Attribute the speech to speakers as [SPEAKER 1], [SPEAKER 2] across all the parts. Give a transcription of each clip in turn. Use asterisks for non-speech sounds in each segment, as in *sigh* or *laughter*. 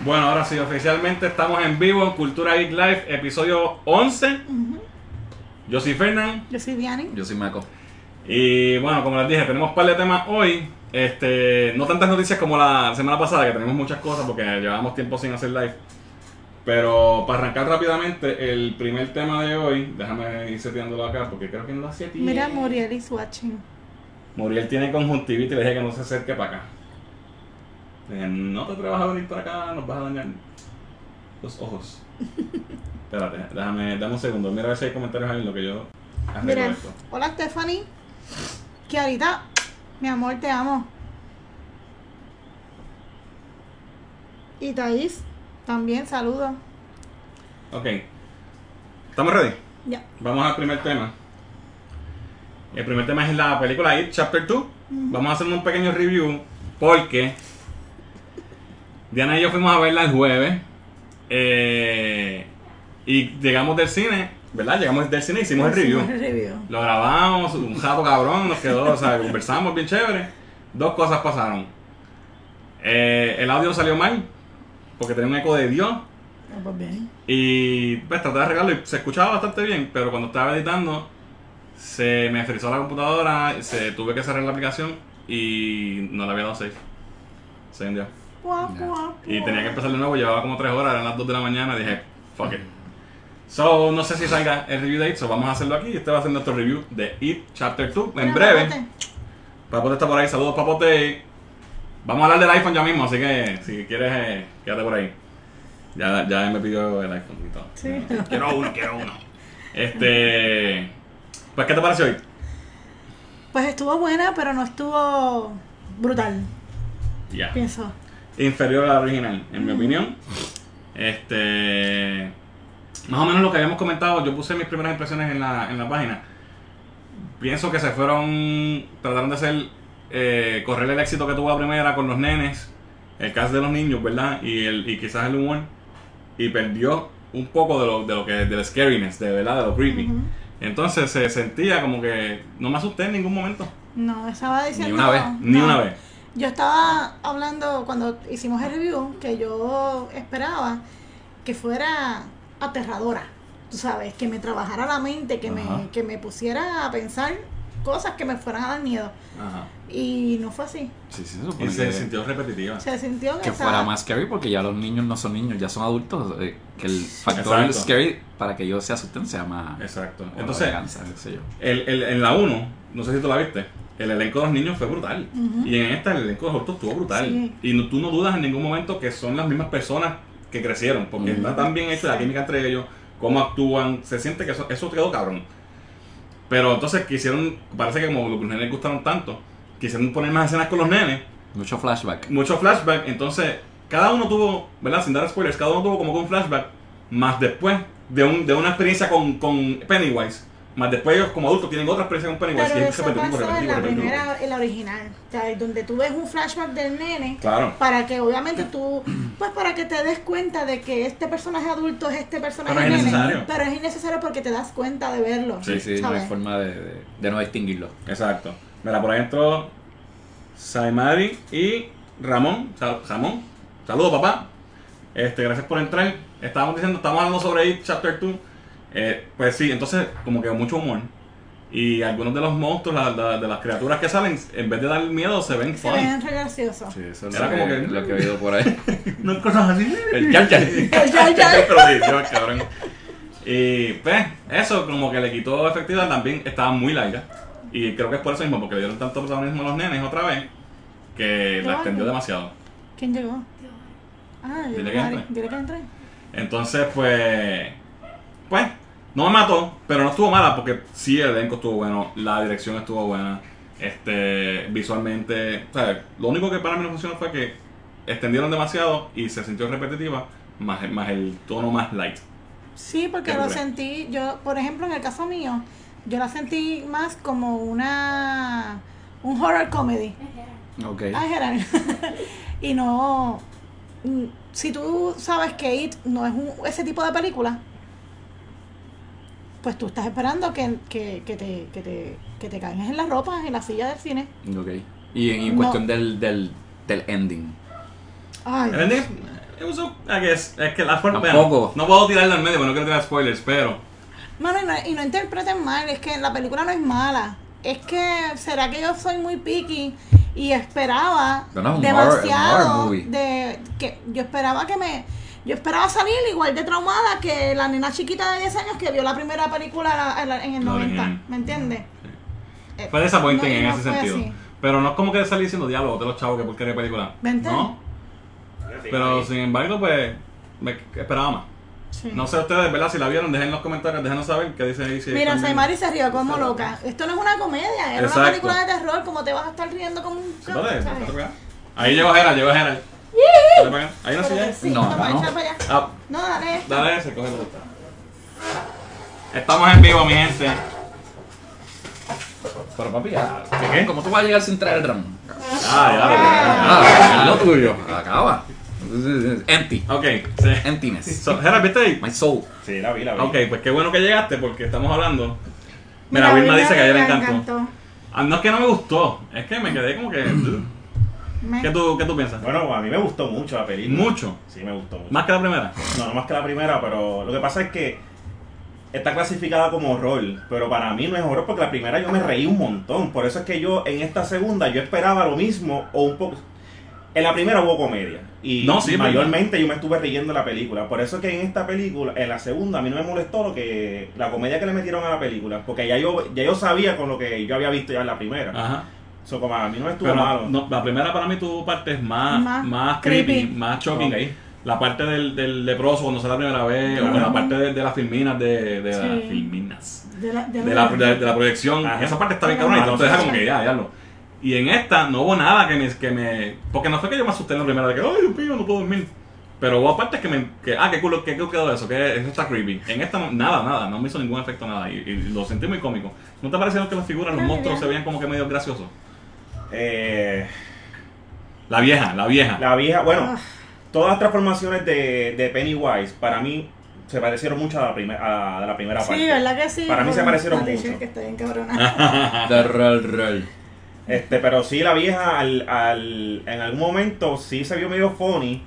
[SPEAKER 1] Bueno, ahora sí, oficialmente estamos en vivo en Cultura Geek Live, episodio 11.
[SPEAKER 2] Ujú.
[SPEAKER 1] Yo soy Fernán.
[SPEAKER 2] Yo soy Diane.
[SPEAKER 3] Yo soy Maco.
[SPEAKER 1] Y bueno, como les dije, tenemos un par de temas hoy. Este, no tantas noticias como la semana pasada, que tenemos muchas cosas porque llevamos tiempo sin hacer live. Pero para arrancar rápidamente, el primer tema de hoy, déjame ir seteándolo acá porque creo que no lo hacía tiempo.
[SPEAKER 2] Mira, Muriel is watching.
[SPEAKER 1] Muriel tiene conjuntivitis y le dije que no se acerque para acá. Le dije, no te atrevas a venir para acá, nos vas a dañar los ojos. Espérate, déjame, dame un segundo. Mira a ver si hay comentarios ahí en lo que yo arreglo
[SPEAKER 2] Mira,
[SPEAKER 1] esto.
[SPEAKER 2] hola Stephanie. Que ahorita, mi amor, te amo. Y Thais, también saludo.
[SPEAKER 1] Ok. ¿Estamos ready?
[SPEAKER 2] Ya.
[SPEAKER 1] Vamos al primer tema. El primer tema es la película It Chapter 2. Vamos a hacer un pequeño review porque Diana y yo fuimos a verla el jueves eh, y llegamos del cine, ¿verdad? Llegamos del cine y hicimos el review.
[SPEAKER 2] Hicimos el review.
[SPEAKER 1] Lo grabamos, un jato cabrón, nos quedó, o sea, conversamos bien chévere. Dos cosas pasaron. Eh, el audio salió mal porque tenía un eco de Dios.
[SPEAKER 2] Ah, pues bien.
[SPEAKER 1] Y pues traté de arreglarlo y se escuchaba bastante bien, pero cuando estaba editando se me frizó la computadora, se tuve que cerrar la aplicación y no le había dado save. Se vendió.
[SPEAKER 2] Guau,
[SPEAKER 3] Ya.
[SPEAKER 2] guau,
[SPEAKER 1] Y
[SPEAKER 2] guau.
[SPEAKER 1] tenía que empezar de nuevo, llevaba como 3 horas, eran las 2 de la mañana y dije, fuck it. So, no sé si salga el review de It, so vamos a hacerlo aquí. Este va a ser nuestro review de It Chapter 2 en
[SPEAKER 2] Mira,
[SPEAKER 1] breve.
[SPEAKER 2] papote.
[SPEAKER 1] Papote está por ahí, saludos Papote. Vamos a hablar del iPhone ya mismo, así que si quieres, eh, quédate por ahí. Ya, ya me pidió el iPhone y todo.
[SPEAKER 2] Sí.
[SPEAKER 1] Quiero uno, quiero uno. Este. Pues, ¿qué te pareció hoy?
[SPEAKER 2] Pues estuvo buena, pero no estuvo brutal,
[SPEAKER 1] Ya.
[SPEAKER 2] pienso.
[SPEAKER 1] Inferior a la original, en mi opinión. Este. Más o menos lo que habíamos comentado, yo puse mis primeras impresiones en la, en la página. Pienso que se fueron. Trataron de hacer. Eh, correr el éxito que tuvo la primera con los nenes, el cast de los niños, ¿verdad? Y, el, y quizás el humor. Y perdió un poco de lo, de lo que. del scariness, de verdad, de lo creepy.
[SPEAKER 2] Ujú.
[SPEAKER 1] Entonces se sentía como que no me asusté en ningún momento.
[SPEAKER 2] No, estaba
[SPEAKER 1] Ni
[SPEAKER 2] diciendo.
[SPEAKER 1] una vez, ni
[SPEAKER 2] no.
[SPEAKER 1] una vez.
[SPEAKER 2] Yo estaba hablando cuando hicimos el review que yo esperaba que fuera aterradora, tú sabes, que me trabajara la mente, que,
[SPEAKER 1] Ajá.
[SPEAKER 2] me, que me pusiera a pensar cosas que me fueran a dar miedo. Y no fue así.
[SPEAKER 3] Sí, sí,
[SPEAKER 1] Y
[SPEAKER 3] supone
[SPEAKER 1] se
[SPEAKER 3] que,
[SPEAKER 1] sintió repetitiva.
[SPEAKER 2] Se sintió que,
[SPEAKER 3] que
[SPEAKER 2] estaba-
[SPEAKER 3] fuera más scary porque ya los niños no son niños, ya son adultos. eh, que el factor
[SPEAKER 1] Exacto.
[SPEAKER 3] scary para que ellos se asusten sea más.
[SPEAKER 1] Exacto.
[SPEAKER 3] o la
[SPEAKER 1] Entonces,
[SPEAKER 3] venganza, qué sé yo.
[SPEAKER 1] el, el- en la 1, no sé si tú la viste, el elenco de los niños fue brutal.
[SPEAKER 2] Ujú.
[SPEAKER 1] Y en esta el elenco de los adultos estuvo brutal.
[SPEAKER 2] Sí.
[SPEAKER 1] Y no- tú no dudas en ningún momento que son las mismas personas que crecieron, porque
[SPEAKER 3] Ujú.
[SPEAKER 1] está tan bien hecha la química entre ellos, cómo actúan, se siente que eso, eso quedó cabrón. Pero entonces quisieron, parece que como los nenes gustaron tanto, quisieron poner más escenas con los nenes
[SPEAKER 3] Mucho flashback.
[SPEAKER 1] mucho flashback. Entonces, cada uno tuvo, ¿verdad? Sin dar spoilers, cada uno tuvo como que un flashback. Más después de, un, de una experiencia con, con Pennywise. Más después ellos como adultos tienen otra experiencia con Pennywise.
[SPEAKER 2] Pero
[SPEAKER 1] y es
[SPEAKER 2] eso
[SPEAKER 1] repetitivo,
[SPEAKER 2] pasó en
[SPEAKER 1] repetitivo,
[SPEAKER 2] la
[SPEAKER 1] repetitivo.
[SPEAKER 2] primera, en la original, o sea, donde tú ves un flashback del nene
[SPEAKER 1] Claro.
[SPEAKER 2] para que obviamente tú, pues para que te des cuenta de que este personaje adulto es este personaje
[SPEAKER 1] Pero es
[SPEAKER 2] nene,
[SPEAKER 1] innecesario.
[SPEAKER 2] pero es innecesario porque te das cuenta de verlo.
[SPEAKER 1] Sí,
[SPEAKER 3] Sí, sí, no hay
[SPEAKER 2] ¿sabes?
[SPEAKER 3] forma de, de- de no distinguirlo.
[SPEAKER 1] Exacto. Mira, por ahí entró Saimari y Ramón. Sal- Ramón. Saludos, papá. Este, gracias por entrar. Estábamos diciendo, estamos hablando sobre It Chapter 2. Eh, pues sí, entonces, como que mucho humor. Y algunos de los monstruos, la- la- de las criaturas que salen, en vez de dar miedo, se ven
[SPEAKER 2] Se
[SPEAKER 1] fun.
[SPEAKER 2] ven re graciosos.
[SPEAKER 3] eso
[SPEAKER 1] es Era lo como que- que-
[SPEAKER 3] lo que he oído
[SPEAKER 1] *laughs*
[SPEAKER 3] por ahí.
[SPEAKER 1] No cosas así. *laughs*
[SPEAKER 3] el Jar Jar.
[SPEAKER 2] El Jar Jar.
[SPEAKER 1] Pero sí, Dios, cabrón. Y pues, eso como que le quitó efectividad también, estaba muy larga. Y creo que es por eso mismo, porque le dieron tanto protagonismo a los nenes otra vez, que la extendió demasiado.
[SPEAKER 2] ¿Quién llegó? Ah,
[SPEAKER 1] Dile
[SPEAKER 2] llegó
[SPEAKER 1] que
[SPEAKER 2] Ari.
[SPEAKER 1] entre.
[SPEAKER 2] Dile que entre.
[SPEAKER 1] Entonces, pues, pues, no me mató, pero no estuvo mala, porque sí, el elenco estuvo bueno, la dirección estuvo buena, este, visualmente, o sea, lo único que para mí no funcionó fue que extendieron demasiado y se sintió repetitiva, más, más el tono más light.
[SPEAKER 2] Sí, porque
[SPEAKER 1] ¿Qué
[SPEAKER 2] lo
[SPEAKER 1] tú crees?
[SPEAKER 2] sentí, yo, por ejemplo, en el caso mío, yo la sentí más como una un horror comedy.
[SPEAKER 3] Ok.
[SPEAKER 2] Ah, Gerard. *laughs* y no mm, si tú sabes que It no es un- ese tipo de película, pues tú estás esperando que, que, que te, que, te, que te caigas en las ropas, en la silla del cine.
[SPEAKER 3] Ok. Y en, en
[SPEAKER 2] No.
[SPEAKER 3] cuestión del, del, del ending.
[SPEAKER 2] Ay,
[SPEAKER 1] El ending, It was o- I guess. Es que la forma.
[SPEAKER 3] Tampoco.
[SPEAKER 1] no puedo tirarla al medio, porque no quiero tirar spoilers, pero.
[SPEAKER 2] Mano, y no, y no interpreten mal, es que la película no es mala. Es que, ¿será que yo soy muy picky y esperaba
[SPEAKER 3] Pero no, es un horror- es un
[SPEAKER 2] demasiado
[SPEAKER 3] horror movie.
[SPEAKER 2] de que yo esperaba que me yo esperaba salir igual de traumada que la nena chiquita de 10 años que vio la primera película la- la- en el
[SPEAKER 1] La
[SPEAKER 2] 90,
[SPEAKER 1] original.
[SPEAKER 2] ¿me entiendes? Eh,
[SPEAKER 1] Fue disappointing
[SPEAKER 2] no,
[SPEAKER 1] en
[SPEAKER 2] no
[SPEAKER 1] ese
[SPEAKER 2] fue
[SPEAKER 1] sentido.
[SPEAKER 2] así.
[SPEAKER 1] Pero no es como que salí diciendo diálogo de los chavos que por qué de película.
[SPEAKER 2] Vente.
[SPEAKER 1] No. Pero sin embargo, pues. Me esperaba más.
[SPEAKER 2] Sí.
[SPEAKER 1] No sé ustedes, ¿verdad? Si la vieron, dejen en los comentarios, déjenos saber qué dice ahí. si
[SPEAKER 2] Mira,
[SPEAKER 1] están bien.
[SPEAKER 2] Saimari se rió como loca. Esto no es una comedia, era
[SPEAKER 1] Exacto.
[SPEAKER 2] una película de terror, como te vas a estar riendo como un
[SPEAKER 1] Dale, dale,
[SPEAKER 2] ¿sabes?
[SPEAKER 1] dale para acá. Ahí llegó Gerald, llegó Gerald. Dale para acá. Hay una
[SPEAKER 2] Pero
[SPEAKER 1] silla.
[SPEAKER 2] que
[SPEAKER 1] ahí?
[SPEAKER 2] sí,
[SPEAKER 3] No,
[SPEAKER 2] no, para
[SPEAKER 3] no.
[SPEAKER 2] echar para allá.
[SPEAKER 1] Ah,
[SPEAKER 2] No, dale esto.
[SPEAKER 1] dale ese, coge Estamos en vivo, mi gente.
[SPEAKER 3] Pero papi, ah,
[SPEAKER 1] ¿Qué?
[SPEAKER 3] ¿cómo tú vas a llegar sin traer el ramón?
[SPEAKER 1] Ah, ya, ya,
[SPEAKER 3] Ah, lo tuyo. Acaba. Empty.
[SPEAKER 1] ya. Ok, sí.
[SPEAKER 3] Emptiness.
[SPEAKER 1] *laughs* So, Gerald, ¿viste ahí?
[SPEAKER 3] My soul.
[SPEAKER 4] Sí, la vi, la vi.
[SPEAKER 1] Ok, pues qué bueno que llegaste porque estamos hablando. Mira, Vilma dice que a ella le encantó. Ah, No es que no me gustó, es que me quedé como que. Mm.
[SPEAKER 2] Me-
[SPEAKER 1] ¿Qué tú, qué tú piensas?
[SPEAKER 4] Bueno, a mí me gustó mucho la película.
[SPEAKER 1] Mucho.
[SPEAKER 4] Sí, me gustó mucho.
[SPEAKER 1] Más que la primera.
[SPEAKER 4] No, no más que la primera, pero lo que pasa es que está clasificada como horror, pero para mí no es horror porque la primera yo me reí un montón. Por eso es que yo en esta segunda yo esperaba lo mismo o un poco... En la primera hubo comedia y
[SPEAKER 1] No, sí, es
[SPEAKER 4] mayormente yo me estuve riendo en la película. Por eso es que en esta película, en la segunda, a mí no me molestó lo que la comedia que le metieron a la película, porque ya yo ya yo sabía con lo que yo había visto ya en la primera.
[SPEAKER 1] Ajá.
[SPEAKER 4] So, como a mí no me estuvo
[SPEAKER 1] Pero
[SPEAKER 4] malo.
[SPEAKER 1] no, la primera para mí tuvo partes más, más,
[SPEAKER 2] Más
[SPEAKER 1] creepy,
[SPEAKER 2] creepy.
[SPEAKER 1] más shocking.
[SPEAKER 4] Ok.
[SPEAKER 1] La parte del, del leproso cuando sale la primera vez, o
[SPEAKER 4] Claro.
[SPEAKER 1] la parte de, de las filminas, de, de las
[SPEAKER 2] Sí.
[SPEAKER 1] filminas.
[SPEAKER 2] De la, de
[SPEAKER 1] de
[SPEAKER 2] la-
[SPEAKER 1] la, de, de la proyección.
[SPEAKER 4] Ajá.
[SPEAKER 1] Esa parte está bien cabrona y
[SPEAKER 4] Ajá.
[SPEAKER 1] tú te deja como que ya, ya lo. Y en esta no hubo nada que me, que me. Porque no fue que yo me asusté en la primera de que, ay, Dios mío, no puedo dormir. Pero hubo partes que me. Que, ah, qué culo, qué culo quedó eso, que eso está creepy. En esta no- nada, nada, no me hizo ningún efecto nada. Y, y lo sentí muy cómico. ¿No te pareció que las figuras, los
[SPEAKER 2] Ay,
[SPEAKER 1] monstruos
[SPEAKER 2] ya.
[SPEAKER 1] se veían como que medio graciosos?
[SPEAKER 4] Eh,
[SPEAKER 1] La vieja, la vieja.
[SPEAKER 4] La vieja, bueno,
[SPEAKER 2] Ah.
[SPEAKER 4] todas las transformaciones de, de Pennywise para mí se parecieron mucho a la, primer- a, a la primera parte.
[SPEAKER 2] Sí, ¿verdad que sí?
[SPEAKER 4] Para mí se
[SPEAKER 2] Por-
[SPEAKER 4] parecieron
[SPEAKER 2] la teacher
[SPEAKER 4] mucho.
[SPEAKER 2] que está bien cabrona.
[SPEAKER 1] Ah.
[SPEAKER 3] The roll roll.
[SPEAKER 4] Este, pero sí, la vieja al, al- en algún momento sí se vio medio funny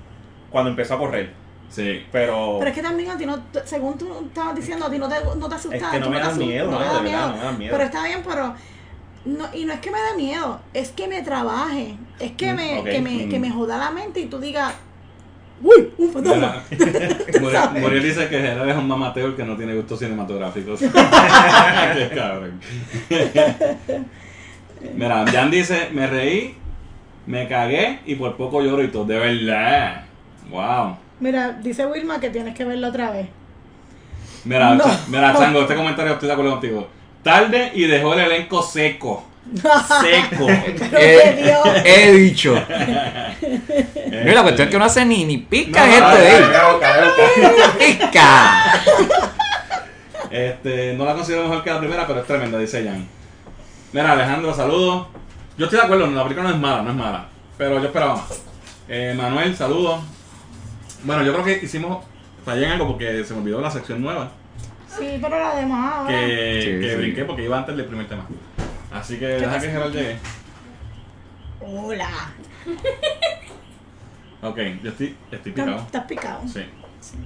[SPEAKER 4] cuando empezó a correr.
[SPEAKER 1] Sí.
[SPEAKER 4] Pero,
[SPEAKER 2] Pero es que también a ti, no, t- según tú estabas diciendo, a ti no te, no te asustaba.
[SPEAKER 4] Es que no
[SPEAKER 2] tú
[SPEAKER 4] me
[SPEAKER 2] te
[SPEAKER 4] dan
[SPEAKER 2] asu-
[SPEAKER 4] miedo,
[SPEAKER 2] no
[SPEAKER 4] no,
[SPEAKER 2] me
[SPEAKER 4] de
[SPEAKER 2] da
[SPEAKER 4] verdad,
[SPEAKER 2] miedo.
[SPEAKER 4] no me dan miedo.
[SPEAKER 2] Pero está bien, pero. No, y no es que me dé miedo, es que me trabaje. Es que
[SPEAKER 4] Mm,
[SPEAKER 2] me,
[SPEAKER 4] ok,
[SPEAKER 2] que me,
[SPEAKER 1] mm.
[SPEAKER 2] que me joda la mente y tú digas, ¡Uy! ¡Un fantasma!
[SPEAKER 1] Mira, Muriel, Muriel dice que Gerard es un mamateo el que no tiene gustos cinematográficos. Qué cabrón. Mira, Jan dice, me reí, me cagué y por poco lloro y todo. De verdad. Wow.
[SPEAKER 2] Mira, dice Wilma que tienes que verla otra vez.
[SPEAKER 1] Mira,
[SPEAKER 2] No.
[SPEAKER 1] ch- mira, Chango, este comentario estoy de acuerdo contigo. Tarde y dejó el elenco seco. Seco.
[SPEAKER 2] *laughs* Pero
[SPEAKER 3] Eh,
[SPEAKER 2] que
[SPEAKER 3] *laughs*
[SPEAKER 2] Dios.
[SPEAKER 3] *laughs* He dicho. Mira, la cuestión es que no hace ni, ni pica
[SPEAKER 1] No,
[SPEAKER 3] gente
[SPEAKER 1] no,
[SPEAKER 3] de
[SPEAKER 1] no,
[SPEAKER 3] ahí. Pica.
[SPEAKER 1] Este, no la considero mejor que la primera, pero es tremenda, dice Jan. Mira, Alejandro, saludos. Yo estoy de acuerdo, la película no es mala, no es mala. Pero yo esperaba más. Eh, Manuel, saludos. Bueno, yo creo que hicimos, fallé en algo porque se me olvidó la sección nueva
[SPEAKER 2] Sí, pero la demás ahora.
[SPEAKER 1] que,
[SPEAKER 3] Sí,
[SPEAKER 1] que
[SPEAKER 3] sí.
[SPEAKER 1] brinqué porque iba antes del primer tema. Así que
[SPEAKER 2] ¿Qué
[SPEAKER 1] deja
[SPEAKER 2] pasa?
[SPEAKER 1] que Gerald llegue.
[SPEAKER 2] Hola.
[SPEAKER 1] Ok, yo estoy, estoy
[SPEAKER 2] Estás
[SPEAKER 1] picado.
[SPEAKER 2] estás picado.
[SPEAKER 1] Sí.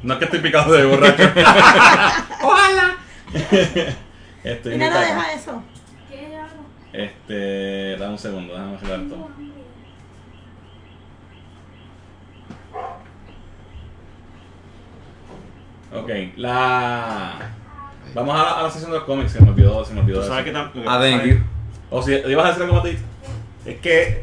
[SPEAKER 1] No es que estoy picado de borracho.
[SPEAKER 2] *laughs* Ojalá.
[SPEAKER 1] *laughs* Estoy
[SPEAKER 2] Mira,
[SPEAKER 1] picado.
[SPEAKER 2] no deja *laughs* eso.
[SPEAKER 5] ¿Qué hago?
[SPEAKER 1] Este, dame un segundo, déjame arreglar
[SPEAKER 5] Tengo
[SPEAKER 1] todo.
[SPEAKER 5] hambre.
[SPEAKER 1] Ok, la. Vamos a la, a la sesión de los cómics, se me olvidó, se me olvidó.
[SPEAKER 4] tú
[SPEAKER 1] eso.
[SPEAKER 4] sabes que tam- lo que
[SPEAKER 3] A
[SPEAKER 4] pasa
[SPEAKER 3] Ah, thank you.
[SPEAKER 1] O si ibas a decir algo más de
[SPEAKER 4] Es que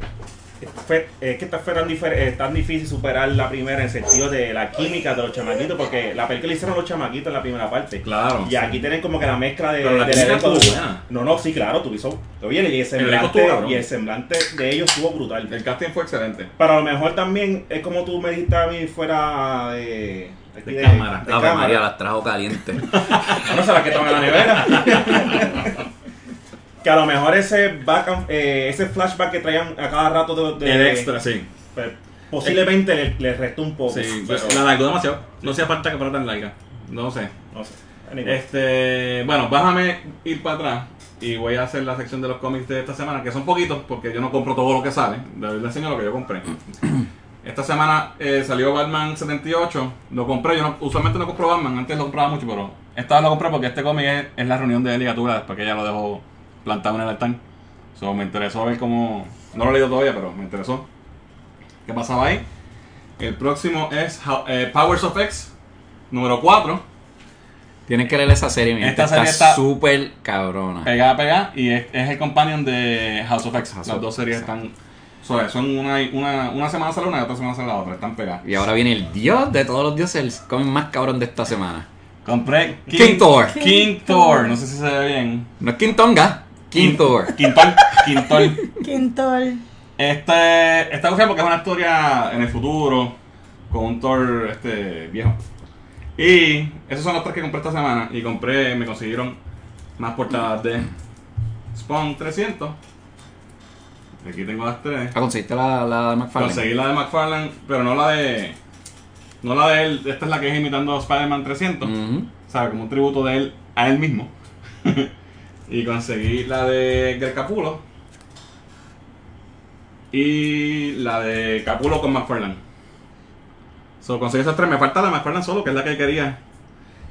[SPEAKER 4] fue, es que esta fue tan, difer- eh, tan difícil superar la primera en el sentido de la química de los chamaquitos, porque la película hicieron los chamaquitos en la primera parte.
[SPEAKER 1] Claro.
[SPEAKER 4] Y aquí tienen como que la mezcla de.
[SPEAKER 1] Pero la
[SPEAKER 4] del
[SPEAKER 1] química
[SPEAKER 4] elenco
[SPEAKER 1] estuvo
[SPEAKER 4] de-
[SPEAKER 1] buena.
[SPEAKER 4] No, no, sí, claro, tuvieron. Y el
[SPEAKER 1] elenco
[SPEAKER 4] semblante,
[SPEAKER 1] estuvo cabrón.
[SPEAKER 4] y el semblante de ellos estuvo brutal.
[SPEAKER 1] El casting fue excelente.
[SPEAKER 4] Pero a lo mejor también es como tú me dijiste a mí fuera de. aquí
[SPEAKER 1] De cámara. Ah, pues,
[SPEAKER 4] de
[SPEAKER 3] Ave
[SPEAKER 4] cámara.
[SPEAKER 3] María las trajo caliente.
[SPEAKER 4] Ah, No se la que en la nevera.
[SPEAKER 1] *laughs*
[SPEAKER 4] que a lo mejor ese, back and- eh, ese flashback que traían a cada rato de. de-
[SPEAKER 1] El extra, sí.
[SPEAKER 4] pues, posiblemente le, le restó un poco. Pues,
[SPEAKER 1] Sí,
[SPEAKER 4] pero-
[SPEAKER 1] la alargó demasiado. No hacía falta que fuera tan larga. No sé.
[SPEAKER 4] no sé. Anyway.
[SPEAKER 1] Este. Bueno, bájame ir para atrás. Y voy a hacer la sección de los cómics de esta semana, que son poquitos, porque yo no compro todo lo que sale. Les enseño lo que yo compré. Esta semana eh, salió Batman 78. Lo compré. Yo no- usualmente no compro Batman. Antes lo compraba mucho, pero esta vez lo compré porque este cómic es, es la reunión de ligatura después que ella lo dejó plantado en el altar. So, me interesó ver cómo. No lo he leído todavía, pero me interesó. ¿Qué pasaba ahí? El próximo es How- eh, Powers of X, número 4.
[SPEAKER 3] Tienen que leer esa serie, mira.
[SPEAKER 1] Esta
[SPEAKER 3] Esta
[SPEAKER 1] serie está-
[SPEAKER 3] está súper cabrona.
[SPEAKER 1] Pegada, pegada. Y es, es el companion de House of X.
[SPEAKER 3] House
[SPEAKER 1] Las
[SPEAKER 3] of-
[SPEAKER 1] dos series
[SPEAKER 3] exacto.
[SPEAKER 1] están. so, son una, una, una semana sale una y otra semana sale la otra. Están pegadas.
[SPEAKER 3] Y ahora viene el dios de todos los dioses, el cómic más cabrón de esta semana.
[SPEAKER 1] Compré
[SPEAKER 3] King, Thor.
[SPEAKER 1] King Thor. No sé si se ve bien.
[SPEAKER 3] No es King Tonga, King Thor.
[SPEAKER 1] Quintol, Quintol.
[SPEAKER 2] Quintol.
[SPEAKER 1] Este, esta cosa porque es una historia en el futuro con un Thor este, viejo. Y esos son los tres que compré esta semana. Y compré, me consiguieron más portadas de Spawn 300. Aquí tengo las tres.
[SPEAKER 3] Ah, conseguiste la, la de McFarlane.
[SPEAKER 1] Conseguí la de McFarlane, pero no la de. No la de él. Esta es la que es imitando a Spider-Man 300.
[SPEAKER 3] Ujú.
[SPEAKER 1] ¿Sabes? Como un tributo de él a él mismo. *laughs* y conseguí la de Greg Capulo. Y la de Capulo con McFarland. So, conseguí esas tres. Me falta la de McFarland solo, que es la que quería.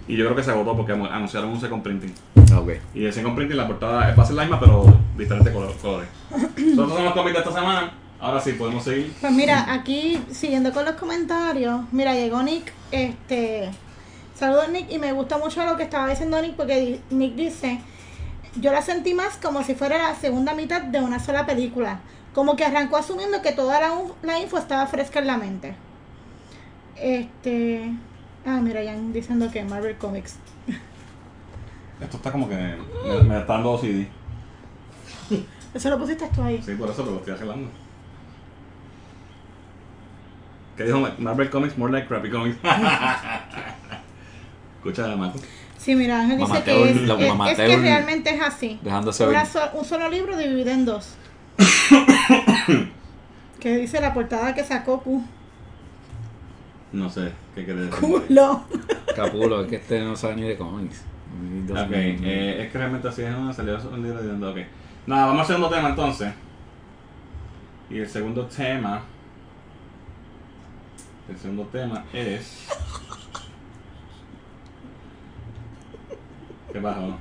[SPEAKER 1] Y yo creo que se agotó porque mu- anunciaron un second printing.
[SPEAKER 3] Ok.
[SPEAKER 1] Y el second printing, la portada va a ser la misma, pero diferentes colo- colores. So, estos son los cómics de esta semana. Ahora sí, podemos seguir.
[SPEAKER 2] Pues mira, aquí siguiendo con los comentarios, mira, llegó Nick, este, saludos Nick, y me gusta mucho lo que estaba diciendo Nick, porque di- Nick dice, yo la sentí más como si fuera la segunda mitad de una sola película, como que arrancó asumiendo que toda la, u- la info estaba fresca en la mente. Este, ah, mira, ya diciendo que Marvel Comics.
[SPEAKER 1] Esto está como que. Me, me está dando OCD.
[SPEAKER 2] Eso lo pusiste tú ahí.
[SPEAKER 1] Sí, por eso, pero lo estoy arreglando. ¿Qué dijo Mar- Marvel Comics? More like crappy comics. *laughs* Escucha, Marco.
[SPEAKER 2] Sí, mira, Ángel dice
[SPEAKER 3] Mamateo,
[SPEAKER 2] que es,
[SPEAKER 3] lo
[SPEAKER 2] es- es
[SPEAKER 3] mamateo.
[SPEAKER 2] que realmente es así.
[SPEAKER 3] Dejándose
[SPEAKER 2] Una
[SPEAKER 3] ver.
[SPEAKER 2] so- un solo libro dividido en dos. que dice la portada que sacó Q.
[SPEAKER 1] No sé, ¿qué quiere decir?
[SPEAKER 2] Culo.
[SPEAKER 3] Capulo, es que este no sabe ni de cómics. Ni de-
[SPEAKER 1] Ok, eh, es que realmente así es, ¿no? salió un libro diciendo, ok. Nada, vamos al segundo tema entonces. Y el segundo tema. El segundo tema es. ¿Qué pasó?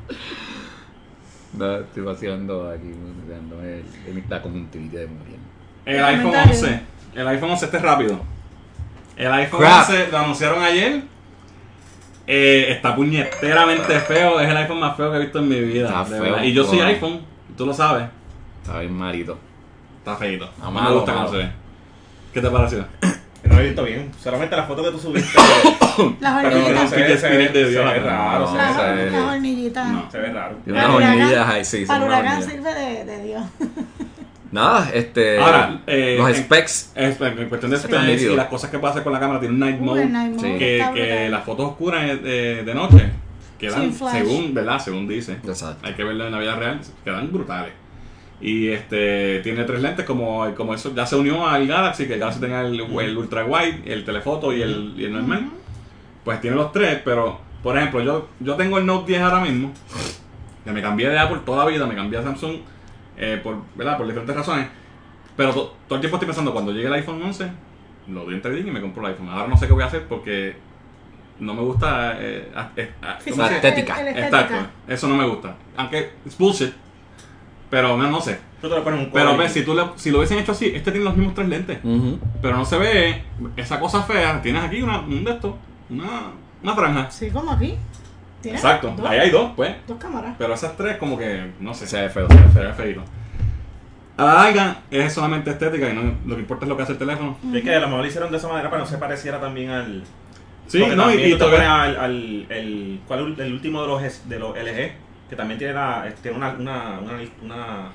[SPEAKER 3] No, estoy vaciando aquí, dándome el- el- la conjuntivitis de morir.
[SPEAKER 1] El iPhone
[SPEAKER 2] Comentario.
[SPEAKER 1] 11. El iPhone 11 este es rápido. El iPhone
[SPEAKER 3] Crap.
[SPEAKER 1] 11 lo anunciaron ayer. Eh, está puñeteramente feo. Es el iPhone más feo que he visto en mi vida.
[SPEAKER 3] Está
[SPEAKER 1] de
[SPEAKER 3] feo,
[SPEAKER 1] verdad. Y yo soy
[SPEAKER 3] wow.
[SPEAKER 1] iPhone. Tú lo sabes.
[SPEAKER 3] Está bien marito.
[SPEAKER 1] Está feito. No me
[SPEAKER 3] Amado,
[SPEAKER 1] gusta cómo
[SPEAKER 3] amado.
[SPEAKER 1] se ve. ¿Qué te pareció?
[SPEAKER 4] No lo he visto bien. Solamente la foto que tú subiste.
[SPEAKER 1] *laughs*
[SPEAKER 2] Las
[SPEAKER 4] pero no,
[SPEAKER 2] hornillitas.
[SPEAKER 4] se ve,
[SPEAKER 1] Fidget
[SPEAKER 4] se ve,
[SPEAKER 1] Spirit de Dios,
[SPEAKER 4] se ve
[SPEAKER 1] no,
[SPEAKER 4] raro. se ve
[SPEAKER 2] Las
[SPEAKER 3] no,
[SPEAKER 4] raro.
[SPEAKER 3] se-
[SPEAKER 2] las hornillitas.
[SPEAKER 1] No.
[SPEAKER 4] Se ve raro.
[SPEAKER 3] Y
[SPEAKER 2] Para
[SPEAKER 3] unas
[SPEAKER 2] huracán-
[SPEAKER 3] hornillas ahí, sí. son
[SPEAKER 2] Para
[SPEAKER 3] unas
[SPEAKER 2] huracán
[SPEAKER 3] hornillas.
[SPEAKER 2] sirve de, de Dios.
[SPEAKER 3] Nada, este.
[SPEAKER 1] Ahora, eh,
[SPEAKER 3] los
[SPEAKER 1] en-
[SPEAKER 3] specs.
[SPEAKER 1] Es, en cuestión de
[SPEAKER 3] Está
[SPEAKER 1] specs y
[SPEAKER 3] nítido.
[SPEAKER 1] las cosas que puede hacer con la cámara, tiene un night mode.
[SPEAKER 2] Uy, el Night Mode
[SPEAKER 3] Sí.
[SPEAKER 1] que
[SPEAKER 2] está
[SPEAKER 1] que
[SPEAKER 2] brutal.
[SPEAKER 1] las fotos oscuras eh, de, de noche quedan,
[SPEAKER 2] Sin flash.
[SPEAKER 1] según, ¿verdad? Según dice.
[SPEAKER 3] Exacto.
[SPEAKER 1] Hay que verlo en la vida real, quedan brutales. Y este tiene tres lentes, como, como eso ya se unió al Galaxy, que el Galaxy tenía el, el ultra wide, el telefoto y el, y el normal. Pues tiene los tres, pero por ejemplo, yo, yo tengo el Note 10 ahora mismo, que me cambié de Apple toda la vida, me cambié a Samsung, eh, por, ¿verdad? por diferentes razones. Pero to- todo el tiempo estoy pensando, cuando llegue el iPhone 11, lo doy en trading y me compro el iPhone. Ahora no sé qué voy a hacer porque no me gusta... eh, a- eh, a-
[SPEAKER 2] Sí,
[SPEAKER 1] ¿cómo
[SPEAKER 3] la
[SPEAKER 2] sí,
[SPEAKER 1] se-
[SPEAKER 2] el-
[SPEAKER 3] estética.
[SPEAKER 2] el estética.
[SPEAKER 1] Exacto, eso no me gusta. Aunque es bullshit, pero no, no sé.
[SPEAKER 4] Tú te lo pones un
[SPEAKER 1] Pero
[SPEAKER 4] cover.
[SPEAKER 1] ves, si, tú le- si lo hubiesen hecho así, este tiene los mismos tres lentes,
[SPEAKER 3] Ujú.
[SPEAKER 1] pero no se ve esa cosa fea. Tienes aquí una, un de estos, una, una franja.
[SPEAKER 2] Sí, como aquí. Tiene
[SPEAKER 1] Exacto,
[SPEAKER 2] Dos,
[SPEAKER 1] ahí hay dos, pues.
[SPEAKER 2] dos cámaras.
[SPEAKER 1] Pero esas tres, como que, no sé,
[SPEAKER 3] Se ve feo, se ve
[SPEAKER 1] se
[SPEAKER 3] feo.
[SPEAKER 1] ve feito. A la larga, es solamente estética y no, lo que importa es lo que hace el teléfono.
[SPEAKER 2] Mm.
[SPEAKER 4] Y Es que a lo mejor lo hicieron de esa manera para no se pareciera también al.
[SPEAKER 1] Sí,
[SPEAKER 4] porque
[SPEAKER 1] no, y,
[SPEAKER 4] también
[SPEAKER 1] y
[SPEAKER 4] tú te
[SPEAKER 1] todavía-
[SPEAKER 4] pones al, al- el, ¿cuál es el último de los, es- de los LG? Que también tiene, la, eh, tiene una, una, una, una,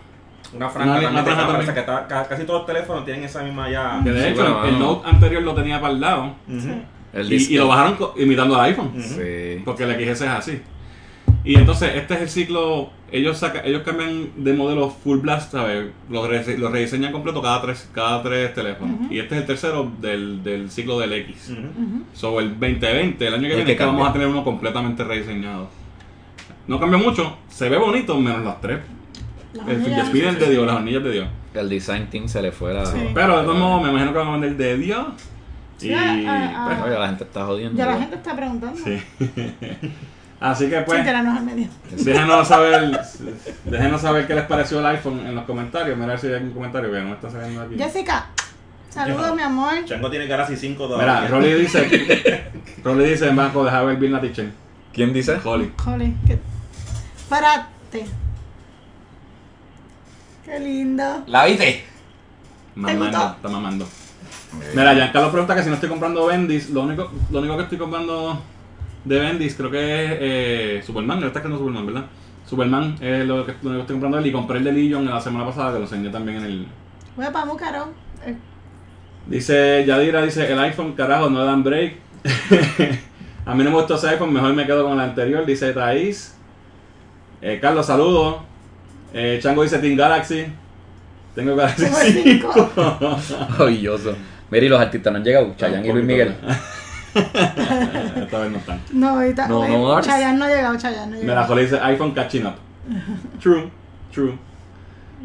[SPEAKER 4] una franja
[SPEAKER 1] Una-
[SPEAKER 4] también
[SPEAKER 1] una
[SPEAKER 4] de
[SPEAKER 1] franja
[SPEAKER 4] cámara,
[SPEAKER 1] también.
[SPEAKER 4] o sea, que está- ca- casi todos los teléfonos tienen esa misma
[SPEAKER 2] Mm.
[SPEAKER 4] ya.
[SPEAKER 1] que de
[SPEAKER 3] Sí,
[SPEAKER 1] hecho,
[SPEAKER 3] bueno,
[SPEAKER 1] el
[SPEAKER 3] no.
[SPEAKER 1] Note anterior lo tenía para el lado
[SPEAKER 4] Ujú.
[SPEAKER 2] Sí.
[SPEAKER 3] El
[SPEAKER 1] y, y
[SPEAKER 3] disco.
[SPEAKER 1] lo bajaron co- imitando al iPhone.
[SPEAKER 4] Ujú.
[SPEAKER 3] Sí.
[SPEAKER 1] Porque el XS es así. Y entonces, este es el ciclo. Ellos saca, ellos cambian de modelo full blast, ¿sabes? Los, rese- los rediseñan completo cada tres, cada tres teléfonos.
[SPEAKER 2] Ujú.
[SPEAKER 1] Y este es el tercero del, del ciclo del X.
[SPEAKER 4] Ujú.
[SPEAKER 2] Ujú.
[SPEAKER 1] So, el 2020, el año que
[SPEAKER 3] El
[SPEAKER 1] viene,
[SPEAKER 3] que
[SPEAKER 1] es que vamos
[SPEAKER 3] cambia.
[SPEAKER 1] a tener uno completamente rediseñado. No cambia mucho, se ve bonito, menos las tres.
[SPEAKER 2] Las
[SPEAKER 1] El
[SPEAKER 2] hornillas.
[SPEAKER 1] despiden de Dios, las hornillas de Dios.
[SPEAKER 3] El design team se le fue la.
[SPEAKER 2] Sí.
[SPEAKER 1] Pero de todos modos, me imagino que van a vender de Dios. Y.
[SPEAKER 2] Sí, ah, ah,
[SPEAKER 1] pues,
[SPEAKER 3] Oye, la gente está jodiendo.
[SPEAKER 2] Ya la
[SPEAKER 3] ¿no?
[SPEAKER 2] gente está preguntando.
[SPEAKER 1] sí. *laughs* Así que pues.
[SPEAKER 2] Sin tirarnos al medio.
[SPEAKER 1] Déjenos saber, déjenos saber qué les pareció el iPhone en los comentarios. Mira si hay algún comentario que no me está saliendo aquí.
[SPEAKER 2] Jessica, saludos,
[SPEAKER 4] Yo-
[SPEAKER 2] mi amor.
[SPEAKER 4] Chango tiene cara así 5 dólares.
[SPEAKER 1] Mira, Rolly *laughs* dice, Rolly dice, en banco, deja ver bien la teacher. *laughs*
[SPEAKER 3] ¿Quién dice?
[SPEAKER 1] Rolly.
[SPEAKER 2] Jolín, qué. Parate. Qué lindo.
[SPEAKER 3] ¡La viste!
[SPEAKER 1] Mamando,
[SPEAKER 2] gustó?
[SPEAKER 1] está mamando. Mira, Giancarlo pregunta que si no estoy comprando Bendis, lo único, lo único que estoy comprando de Bendis creo que es eh, Superman, no está creando Superman, ¿verdad? Superman es lo que, lo único que estoy comprando de él y compré el de Legion la semana pasada que lo enseñé también en el...
[SPEAKER 2] Voy para Mucaro. Eh,
[SPEAKER 1] Dice Yadira, dice el iPhone, carajo, no dan break. *laughs* a mí no me gustó ese iPhone, mejor me quedo con el anterior, dice Thais. Eh, Carlos, saludos. Eh, Chango dice Team Galaxy. Tengo
[SPEAKER 2] *laughs*
[SPEAKER 1] Galaxy
[SPEAKER 2] Tengo
[SPEAKER 1] 5.
[SPEAKER 3] Maravilloso. Mira, y los artistas no han llegado. Chayanne y Luis Miguel.
[SPEAKER 1] *laughs* *laughs* Esta vez no están.
[SPEAKER 2] No, ahorita.
[SPEAKER 3] No,
[SPEAKER 2] eh,
[SPEAKER 3] no, Ars.
[SPEAKER 2] Chayanne no ha llegado, Chayanne no ha
[SPEAKER 1] Mira,
[SPEAKER 2] llegado.
[SPEAKER 1] Jolie dice iPhone catching up. True, true.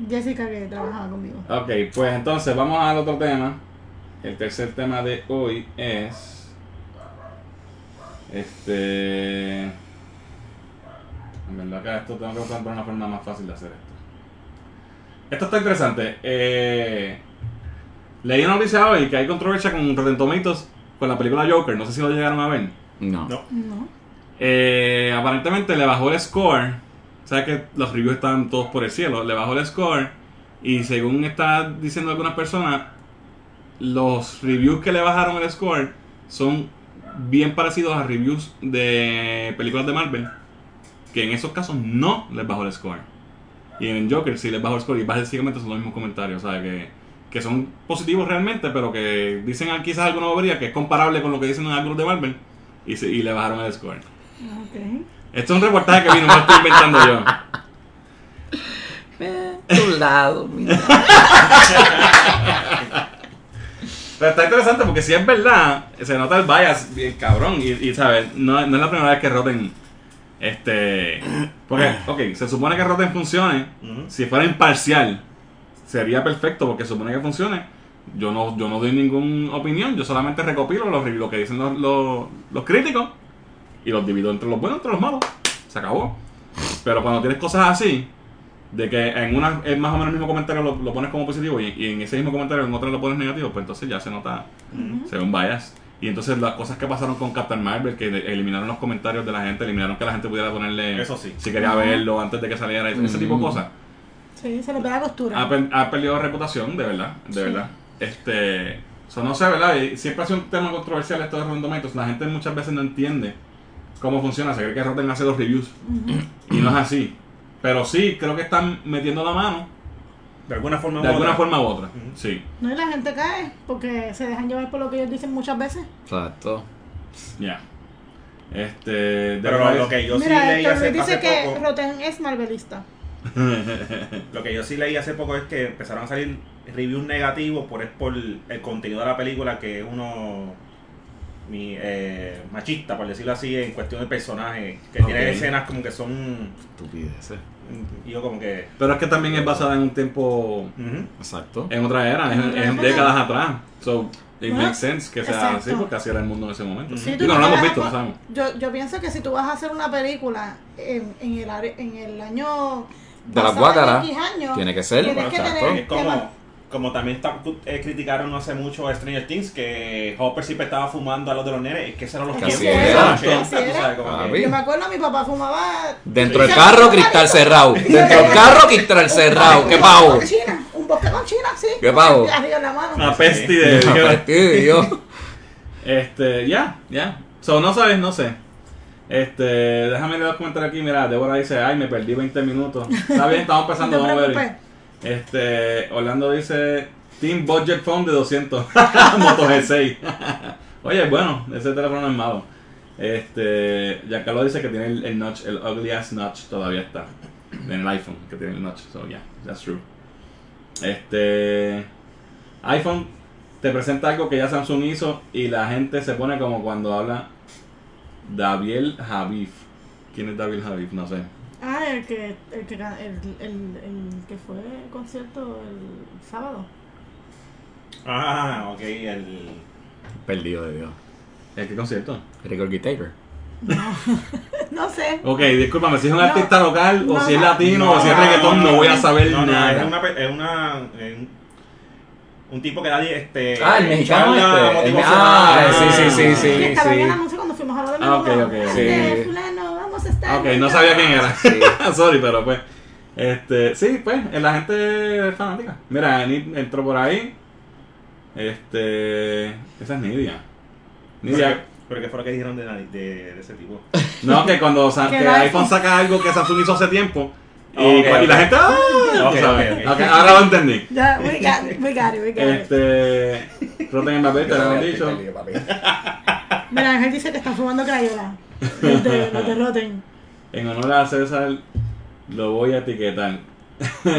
[SPEAKER 2] Jessica que trabajaba conmigo.
[SPEAKER 1] Ok, pues entonces vamos al otro tema. El tercer tema de hoy es. Este. En verdad que esto tengo que buscar una forma más fácil de hacer esto. Esto está interesante. Eh, leí una noticia hoy que hay controversia con Rotten Tomatoes con la película Joker. No sé si lo llegaron a ver.
[SPEAKER 3] No.
[SPEAKER 4] No.
[SPEAKER 2] No.
[SPEAKER 1] Eh, aparentemente le bajó el score. Sabes que los reviews están todos por el cielo. Le bajó el score. Y según está diciendo algunas personas, los reviews que le bajaron el score son bien parecidos a reviews de películas de Marvel. Que en esos casos no les bajó el score. Y en Joker sí les bajó el score. Y básicamente son los mismos comentarios. ¿sabes? Que, que son positivos realmente, pero que dicen quizás alguna bobería que es comparable con lo que dicen en algunos de Marvel. Y, se- y le bajaron el score.
[SPEAKER 2] Ok.
[SPEAKER 1] Esto es un reportaje que vino, me lo estoy inventando yo.
[SPEAKER 3] Tu lado, mira.
[SPEAKER 1] Pero está interesante porque si es verdad, se nota el bias, el cabrón. Y, y, sabes, no, no es la primera vez que Rotten. Este. Porque, ok, se supone que Rotten funcione.
[SPEAKER 4] Ujú.
[SPEAKER 1] Si fuera imparcial, sería perfecto porque se supone que funcione. Yo no, yo no doy ninguna opinión, yo solamente recopilo los, re- lo que dicen los, los- los críticos y los divido entre los buenos y entre los malos. Se acabó. Pero cuando tienes cosas así, de que en una es más o menos el mismo comentario lo, lo pones como positivo y, y en ese mismo comentario en otra lo pones negativo, pues entonces ya se nota, se ve un bias. Y entonces las cosas que pasaron con Captain Marvel, que de- eliminaron los comentarios de la gente, eliminaron que la gente pudiera ponerle
[SPEAKER 4] Eso sí.
[SPEAKER 1] si quería verlo antes de que saliera, ese ese tipo de cosas
[SPEAKER 2] Sí, se le pega la costura.
[SPEAKER 1] ha, per- ha perdido reputación, de verdad, de
[SPEAKER 2] Sí.
[SPEAKER 1] verdad. Este, eso no sé, ¿verdad? Y siempre ha sido un tema controversial esto de Rotten Tomatoes. La gente muchas veces no entiende cómo funciona, se cree que Rotten hace los reviews
[SPEAKER 2] Ujú.
[SPEAKER 1] y no es así. Pero sí, creo que están metiendo la mano
[SPEAKER 4] De alguna forma.
[SPEAKER 1] de
[SPEAKER 4] u
[SPEAKER 1] alguna
[SPEAKER 4] otra.
[SPEAKER 1] forma u otra.
[SPEAKER 4] Ujú.
[SPEAKER 1] Sí,
[SPEAKER 2] No, y la gente cae porque se dejan llevar por lo que ellos dicen muchas veces.
[SPEAKER 3] Exacto.
[SPEAKER 1] ya. Este, de
[SPEAKER 4] Pero
[SPEAKER 1] verdad
[SPEAKER 4] lo
[SPEAKER 1] es-
[SPEAKER 4] que yo sí
[SPEAKER 2] Mira,
[SPEAKER 4] leí
[SPEAKER 2] Héctor
[SPEAKER 4] hace,
[SPEAKER 2] Luis dice
[SPEAKER 4] hace
[SPEAKER 2] que
[SPEAKER 4] poco.
[SPEAKER 2] Rotten es marvelista.
[SPEAKER 4] Lo que yo sí leí hace poco es que empezaron a salir reviews negativos por, por el contenido de la película que es uno mi, eh, machista, por decirlo así, en cuestión de personajes, que
[SPEAKER 1] Ok.
[SPEAKER 4] tiene escenas como que son...
[SPEAKER 3] Estupideces.
[SPEAKER 4] y Yo como que...
[SPEAKER 1] Pero es que también es basada en un tiempo,
[SPEAKER 4] ujú.
[SPEAKER 3] Exacto.
[SPEAKER 1] en otra era, en, en
[SPEAKER 2] Ajá.
[SPEAKER 1] décadas atrás. So, it
[SPEAKER 2] Bueno,
[SPEAKER 1] makes sense que sea así
[SPEAKER 2] exacto.
[SPEAKER 1] porque así era el mundo en ese momento.
[SPEAKER 4] Sí,
[SPEAKER 1] Digo, no
[SPEAKER 2] te
[SPEAKER 1] lo hemos
[SPEAKER 2] vas a
[SPEAKER 1] visto, no
[SPEAKER 2] co-
[SPEAKER 1] sabemos.
[SPEAKER 2] Yo, yo pienso que si tú vas a hacer una película en, en, el, are- en el año...
[SPEAKER 3] De
[SPEAKER 2] basada
[SPEAKER 3] la
[SPEAKER 2] en
[SPEAKER 3] guácara.
[SPEAKER 2] X años,
[SPEAKER 3] Tiene que ser.
[SPEAKER 2] Tienes que
[SPEAKER 3] Exacto.
[SPEAKER 2] tener-
[SPEAKER 4] Es como, como también está- eh, criticaron hace mucho a Stranger Things que Hopper siempre estaba fumando a los de los nenes, es que esos eran los
[SPEAKER 2] Así
[SPEAKER 4] tiempos,
[SPEAKER 2] era,
[SPEAKER 4] de los
[SPEAKER 1] así
[SPEAKER 4] 80, tú
[SPEAKER 2] era.
[SPEAKER 4] sabes, como que-
[SPEAKER 3] Papi.
[SPEAKER 2] Yo me acuerdo, mi papá fumaba...
[SPEAKER 3] Dentro del carro, cristal cerrado. Dentro del carro, cristal cerrado. ¡Qué
[SPEAKER 2] un
[SPEAKER 3] pavo!
[SPEAKER 2] bosque con China, un bosque con China, sí.
[SPEAKER 3] ¡Qué pavo!
[SPEAKER 2] Arriba en la mano.
[SPEAKER 1] Una peste *laughs* de...
[SPEAKER 3] *laughs* Sí, Dios.
[SPEAKER 1] Este, ya, ya. So, no sabes, no sé. Este, déjame leer los comentarios aquí. Mira, Débora dice, ay, me perdí 20 minutos. Está bien, estamos
[SPEAKER 2] No
[SPEAKER 1] pasando,
[SPEAKER 2] te
[SPEAKER 1] vamos a
[SPEAKER 2] preocupes.
[SPEAKER 1] ver. Este, Orlando dice, Team Budget Phone de *laughs* 200. Moto G6. Oye, bueno, ese teléfono no es malo. Este, Giancarlo dice que tiene el, el notch, el ugly ass notch todavía está. En el iPhone, que tiene el notch. So, yeah, that's true. Este, iPhone te presenta algo que ya Samsung hizo y la gente se pone como cuando habla Daviel Javif. ¿Quién es Daviel Javif? No sé.
[SPEAKER 2] Ah, fue el que, el que, gan- el, el- el que fue el concierto el sábado?
[SPEAKER 4] Ah, ok, el.
[SPEAKER 3] Perdido de Dios.
[SPEAKER 1] ¿En qué concierto?
[SPEAKER 3] Record Guitar.
[SPEAKER 2] No *laughs* sé.
[SPEAKER 1] Ok, discúlpame, si es un
[SPEAKER 2] No.
[SPEAKER 1] artista local o
[SPEAKER 2] No,
[SPEAKER 1] si es
[SPEAKER 2] no.
[SPEAKER 1] latino o si es reggaetón, no, voy a saber
[SPEAKER 4] no, no,
[SPEAKER 1] nada.
[SPEAKER 4] Es una. pe- Es una es un, un tipo que da. Este,
[SPEAKER 3] Ah, el mexicano
[SPEAKER 4] charla
[SPEAKER 3] este, el-
[SPEAKER 4] motivacional.
[SPEAKER 3] ah,
[SPEAKER 1] sí, sí, sí,
[SPEAKER 2] Que
[SPEAKER 1] sí.
[SPEAKER 2] estaba
[SPEAKER 3] sí.
[SPEAKER 2] en el anuncio cuando fuimos a la de
[SPEAKER 1] Ah, ok,
[SPEAKER 2] menudo.
[SPEAKER 1] ok,
[SPEAKER 2] Este,
[SPEAKER 3] sí.
[SPEAKER 2] fulano, vamos a estar.
[SPEAKER 1] Ok, no sabía quién era. *laughs* Sorry, pero pues. Este, sí, pues, eh, la gente es fanática. Mira, Nid entró por ahí. Este. Esa es Nidia.
[SPEAKER 4] Pero, *laughs*
[SPEAKER 1] Nidia.
[SPEAKER 4] pero ¿qué fue lo que dijeron de, nadie- de, de ese tipo?
[SPEAKER 1] No, que cuando sa-
[SPEAKER 2] Que
[SPEAKER 1] que
[SPEAKER 2] no es-
[SPEAKER 1] iPhone saca algo que Samsung hizo hace tiempo. Y,
[SPEAKER 4] Ok,
[SPEAKER 1] y la
[SPEAKER 4] ok.
[SPEAKER 1] gente. ¡Ah!
[SPEAKER 4] Ok,
[SPEAKER 1] tú sabes.
[SPEAKER 4] ok, ok.
[SPEAKER 1] Ok, ahora lo
[SPEAKER 2] *laughs*
[SPEAKER 1] entendí.
[SPEAKER 2] Ya, we got it, we got it, we got it.
[SPEAKER 1] Este. Rotten en papel, te
[SPEAKER 4] *laughs*
[SPEAKER 1] lo han dicho.
[SPEAKER 2] Mira, Ángel dice que están fumando crayola. Los de- los derroten.
[SPEAKER 1] En honor a César, lo voy a etiquetar.
[SPEAKER 2] *laughs*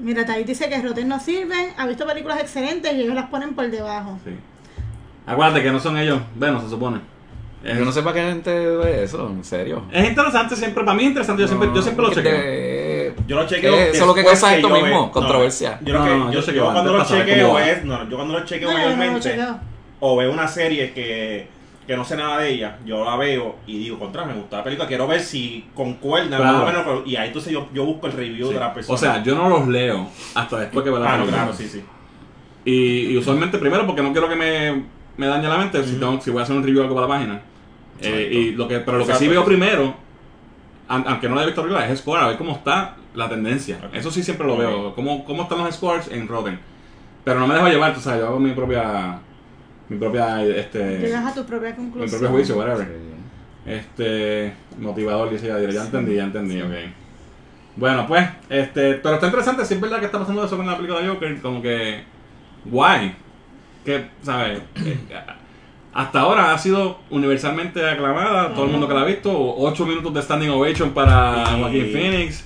[SPEAKER 2] Mira, Taí dice que Rotten no sirven, ha visto películas excelentes y ellos las ponen por debajo.
[SPEAKER 1] Sí. Acuérdate que no son ellos. Bueno, se supone. Es,
[SPEAKER 3] *laughs* Yo no sé para qué gente ve eso, en serio.
[SPEAKER 1] es interesante siempre. Para mí es interesante. Yo siempre, yo siempre lo
[SPEAKER 3] No,
[SPEAKER 1] chequeo.
[SPEAKER 3] de-
[SPEAKER 4] Yo lo chequeo.
[SPEAKER 3] Eh, *laughs* eso es lo que
[SPEAKER 4] después
[SPEAKER 3] causa esto
[SPEAKER 4] yo
[SPEAKER 3] mismo,
[SPEAKER 4] vea- no,
[SPEAKER 3] controversia.
[SPEAKER 4] yo, lo
[SPEAKER 1] No,
[SPEAKER 4] que-
[SPEAKER 1] no, yo
[SPEAKER 4] yo,
[SPEAKER 1] chequeo
[SPEAKER 4] yo cuando
[SPEAKER 1] antes
[SPEAKER 4] lo
[SPEAKER 1] para saber
[SPEAKER 4] chequeo
[SPEAKER 1] cómo va.
[SPEAKER 4] es. No, no, yo cuando lo chequeo
[SPEAKER 2] No, yo no lo
[SPEAKER 4] mayormente.
[SPEAKER 2] chequeo.
[SPEAKER 4] o veo una serie que, que no sé nada de ella, yo la veo y digo, contra, me gusta la película, quiero ver si concuerda
[SPEAKER 1] Claro.
[SPEAKER 4] más o menos, pero- y ahí entonces yo, yo busco el review
[SPEAKER 1] Sí.
[SPEAKER 4] de la persona.
[SPEAKER 1] O sea, yo no los leo hasta después que veo la
[SPEAKER 4] ah, no,
[SPEAKER 1] película.
[SPEAKER 4] claro, sí, sí.
[SPEAKER 1] Y, y usualmente primero porque no quiero que me, me dañe la mente si,
[SPEAKER 4] Ujú.
[SPEAKER 1] tengo- si voy a hacer un review o algo para la página. Eh,
[SPEAKER 3] Exacto.
[SPEAKER 1] y lo que, pero lo que sí
[SPEAKER 4] Exacto.
[SPEAKER 1] veo primero, an- aunque no lo he visto arriba, es score, a ver cómo está la tendencia.
[SPEAKER 4] Ok.
[SPEAKER 1] Eso sí siempre lo veo, cómo, cómo están los scores en Rotten. Pero no me dejo llevar, tú sabes, yo hago mi propia, mi propia, este,
[SPEAKER 2] Llegas a tu propia
[SPEAKER 1] mi
[SPEAKER 2] conclusión.
[SPEAKER 1] propio juicio, whatever.
[SPEAKER 3] Sí.
[SPEAKER 1] Este, motivador, dice Yadira. Ya entendí, ya entendí, ok. Bueno, pues, este, pero está interesante, sí es verdad que está pasando eso con la película de Joker, como que, guay. Que, ¿sabes? Eh, Hasta ahora ha sido universalmente aclamada, todo el mundo que la ha visto, 8 minutos de standing ovation para
[SPEAKER 4] Sí.
[SPEAKER 1] Joaquin Phoenix.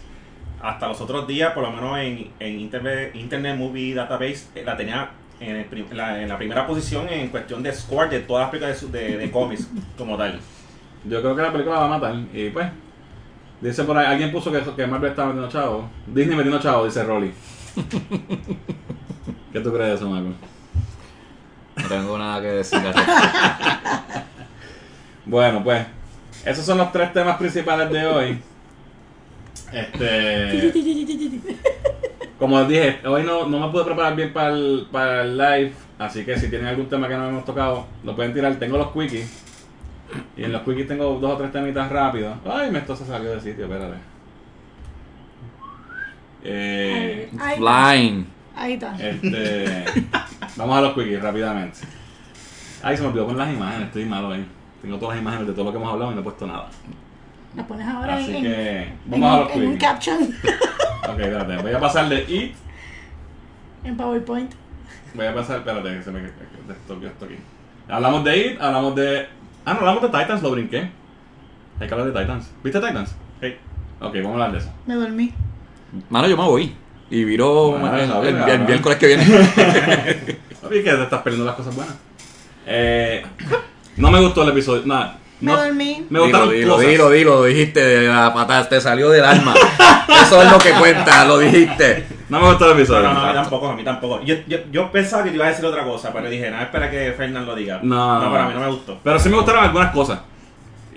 [SPEAKER 4] Hasta los otros días, por lo menos en, en Internet, Internet Movie Database, eh, la tenía en, el prim- la, en la primera posición en cuestión de score de todas las películas de, su- de, de cómics
[SPEAKER 1] *laughs*
[SPEAKER 4] como tal.
[SPEAKER 1] Yo creo que la película va a matar, y pues, dice por ahí, alguien puso que, que Marvel estaba metiendo chavo, Disney metiendo chavo, dice Rolly. ¿Qué tú crees de eso, Marco?
[SPEAKER 3] No tengo nada que decir.
[SPEAKER 1] *laughs*
[SPEAKER 3] al respecto.
[SPEAKER 1] Bueno, pues esos son los tres temas principales de hoy. Este, como dije, hoy no, no me pude preparar bien para el, para el live, así que si tienen algún tema que no hemos tocado, lo pueden tirar. Tengo los quickies. Y en los quickies tengo dos o tres temitas rápidos. Ay, me esto se salió de sitio, espérate. Eh,
[SPEAKER 2] Ahí- ahí-
[SPEAKER 3] Flying.
[SPEAKER 2] Ahí está.
[SPEAKER 1] este, vamos a los quickies rápidamente. Ay, se me olvidó poner las imágenes, estoy malo ahí. Tengo todas las imágenes de todo lo que hemos hablado y no he puesto nada.
[SPEAKER 2] La pones ahora
[SPEAKER 1] Así
[SPEAKER 2] en,
[SPEAKER 1] que
[SPEAKER 2] en-
[SPEAKER 1] vamos a los
[SPEAKER 2] en un
[SPEAKER 1] quiz.
[SPEAKER 2] caption, *laughs*
[SPEAKER 1] Ok, espérate, voy a pasar de IT,
[SPEAKER 2] en PowerPoint.
[SPEAKER 1] voy a pasar, espérate, que se me desbloqueó esto aquí. Hablamos de IT, hablamos de... Ah, no, hablamos de Titans, lo brinqué. Hay que hablar de Titans. ¿Viste Titans?
[SPEAKER 4] Sí.
[SPEAKER 1] Ok, vamos a hablar de eso.
[SPEAKER 2] Me dormí.
[SPEAKER 3] Mano, yo me voy. Y viro
[SPEAKER 1] Bueno,
[SPEAKER 3] el,
[SPEAKER 1] está bien,
[SPEAKER 3] el-
[SPEAKER 1] ahora.
[SPEAKER 3] el miércoles que viene.
[SPEAKER 1] Oye, que te estás perdiendo las cosas buenas. Eh, no me gustó el episodio, nada.
[SPEAKER 2] Me
[SPEAKER 1] No,
[SPEAKER 2] dormí.
[SPEAKER 1] *laughs* me gustaron
[SPEAKER 3] dilo,
[SPEAKER 1] cosas.
[SPEAKER 3] dilo, dilo, dijiste de la patada, te salió del alma. Eso es lo que cuenta, lo dijiste.
[SPEAKER 1] No me gustó el
[SPEAKER 4] No,
[SPEAKER 1] episodio.
[SPEAKER 4] no, no, a mí tampoco, a mí tampoco. Yo, yo, yo pensaba que te iba a decir otra cosa, pero dije, nada, espera que Fernán lo diga.
[SPEAKER 1] No.
[SPEAKER 4] no, para mí no me gustó.
[SPEAKER 1] Pero sí me gustaron algunas cosas.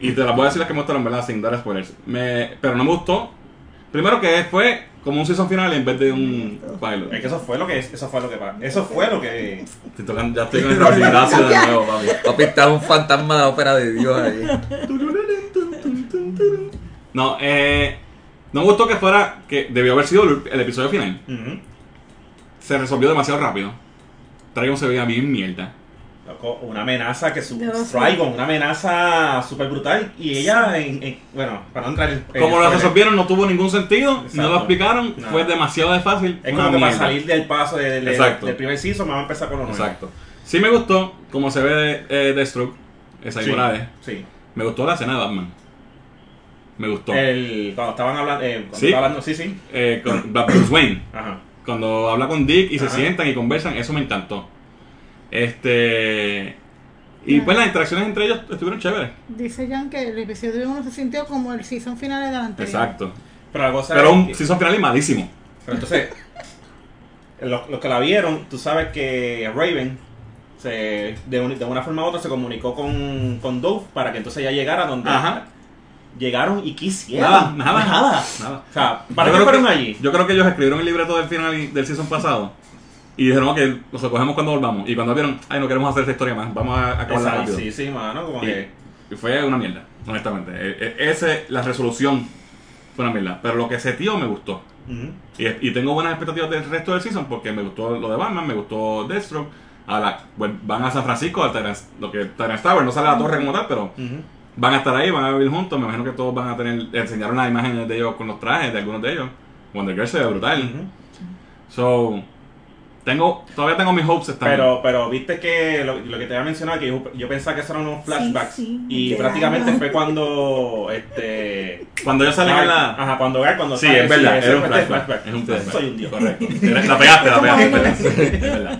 [SPEAKER 1] Y te las voy a decir las que me gustaron, ¿verdad? Sin dar spoilers. Me, pero no me gustó. Primero que fue como un season final en vez de un
[SPEAKER 4] Es
[SPEAKER 1] pilot.
[SPEAKER 4] que eso fue lo que, eso fue lo que, pa- eso fue lo que,
[SPEAKER 1] Estoy tocando, ya
[SPEAKER 4] *laughs*
[SPEAKER 1] estoy con el rehabilitación de nuevo, papi.
[SPEAKER 3] Papi, está un fantasma de la ópera de Dios ahí.
[SPEAKER 1] No, eh, no me gustó que fuera, que debió haber sido el, el episodio final.
[SPEAKER 4] Ujú.
[SPEAKER 1] Se resolvió demasiado rápido. Traigo se veía bien mierda.
[SPEAKER 4] Loco, una amenaza que su
[SPEAKER 2] Yo no sé.
[SPEAKER 4] Trigon, una amenaza súper brutal. Y ella, en, en- bueno, para no entrar en. en
[SPEAKER 1] Como lo
[SPEAKER 4] Eh, spoiler,
[SPEAKER 1] resolvieron no tuvo ningún sentido, no lo
[SPEAKER 4] Exacto.
[SPEAKER 1] explicaron,
[SPEAKER 4] Nada.
[SPEAKER 1] fue demasiado de fácil.
[SPEAKER 4] Es
[SPEAKER 1] una
[SPEAKER 4] como que para
[SPEAKER 1] mierda.
[SPEAKER 4] salir del paso de- de-
[SPEAKER 1] Exacto.
[SPEAKER 4] del primer season, vamos a empezar con lo nuevo.
[SPEAKER 1] Exacto. Sí me gustó como se ve eh, Deathstroke, esa
[SPEAKER 4] Sí,
[SPEAKER 1] igualdad.
[SPEAKER 4] sí.
[SPEAKER 1] Me gustó la escena de Batman. Me gustó.
[SPEAKER 4] El, cuando estaban hablando, eh, cuando
[SPEAKER 1] Sí.
[SPEAKER 4] estaba hablando, sí, sí.
[SPEAKER 1] Eh,
[SPEAKER 4] *coughs*
[SPEAKER 1] con Bla- Bruce Wayne.
[SPEAKER 4] Ajá.
[SPEAKER 1] Cuando habla con Dick y se
[SPEAKER 4] Ajá.
[SPEAKER 1] sientan y conversan, eso me encantó. Este. Y pues las interacciones entre ellos estuvieron chéveres.
[SPEAKER 2] Dice Jan que el episodio 1 se sintió como el season final del anterior.
[SPEAKER 1] Exacto.
[SPEAKER 4] Pero la cosa
[SPEAKER 1] Pero
[SPEAKER 4] es
[SPEAKER 1] un
[SPEAKER 4] que-
[SPEAKER 1] season final y malísimo.
[SPEAKER 4] Pero entonces, los, los que la vieron, tú sabes que Raven se, de, un- de una forma u otra se comunicó con, con Dove para que entonces ya llegara donde
[SPEAKER 1] Ajá.
[SPEAKER 4] llegaron y quisieron.
[SPEAKER 1] Nada, nada.
[SPEAKER 4] Nada.
[SPEAKER 1] Nada.
[SPEAKER 4] O sea, ¿para
[SPEAKER 1] Yo creo
[SPEAKER 4] qué fueron
[SPEAKER 1] que-
[SPEAKER 4] allí?
[SPEAKER 1] Yo creo que ellos escribieron el libreto del final y- del season pasado. Y dijeron, ok, los recogemos cuando volvamos. Y cuando vieron, ay, no queremos hacer esta historia más, vamos a acabarla
[SPEAKER 4] Exacto,
[SPEAKER 1] rápido.
[SPEAKER 4] sí, sí, mano, como que...
[SPEAKER 1] Y, y fue una mierda, honestamente. E- e- Ese, la resolución fue una mierda. Pero lo que ese tío me gustó.
[SPEAKER 4] Ujú.
[SPEAKER 1] Y, y tengo buenas expectativas del resto del season porque me gustó lo de Batman, me gustó Deathstroke. Ahora, pues, van a San Francisco, a Tyrant- lo que Tyrant Tower, no sale la torre como tal, pero
[SPEAKER 4] Ujú.
[SPEAKER 1] van a estar ahí, van a vivir juntos. Me imagino que todos van a tener, enseñaron las imágenes de ellos con los trajes de algunos de ellos. Wonder Girl se ve brutal.
[SPEAKER 4] Ujú.
[SPEAKER 1] So, tengo, todavía tengo mis hopes están.
[SPEAKER 4] Pero, pero viste que lo, lo que te había mencionado, que yo, yo pensaba que eso eran unos flashbacks.
[SPEAKER 2] Sí, sí,
[SPEAKER 4] y
[SPEAKER 2] claro.
[SPEAKER 4] prácticamente fue cuando este
[SPEAKER 1] cuando ellos salen en la.
[SPEAKER 4] Ajá, cuando Gar, cuando
[SPEAKER 1] Sí,
[SPEAKER 4] sale,
[SPEAKER 1] es verdad,
[SPEAKER 4] ese
[SPEAKER 1] era un
[SPEAKER 4] fue-
[SPEAKER 1] flashback.
[SPEAKER 4] flashback.
[SPEAKER 1] Es un flashback.
[SPEAKER 4] Soy un dios.
[SPEAKER 1] Correcto.
[SPEAKER 4] *laughs*
[SPEAKER 1] Eres- La pegaste, la pegaste, es
[SPEAKER 2] Como
[SPEAKER 1] verdad. Es verdad.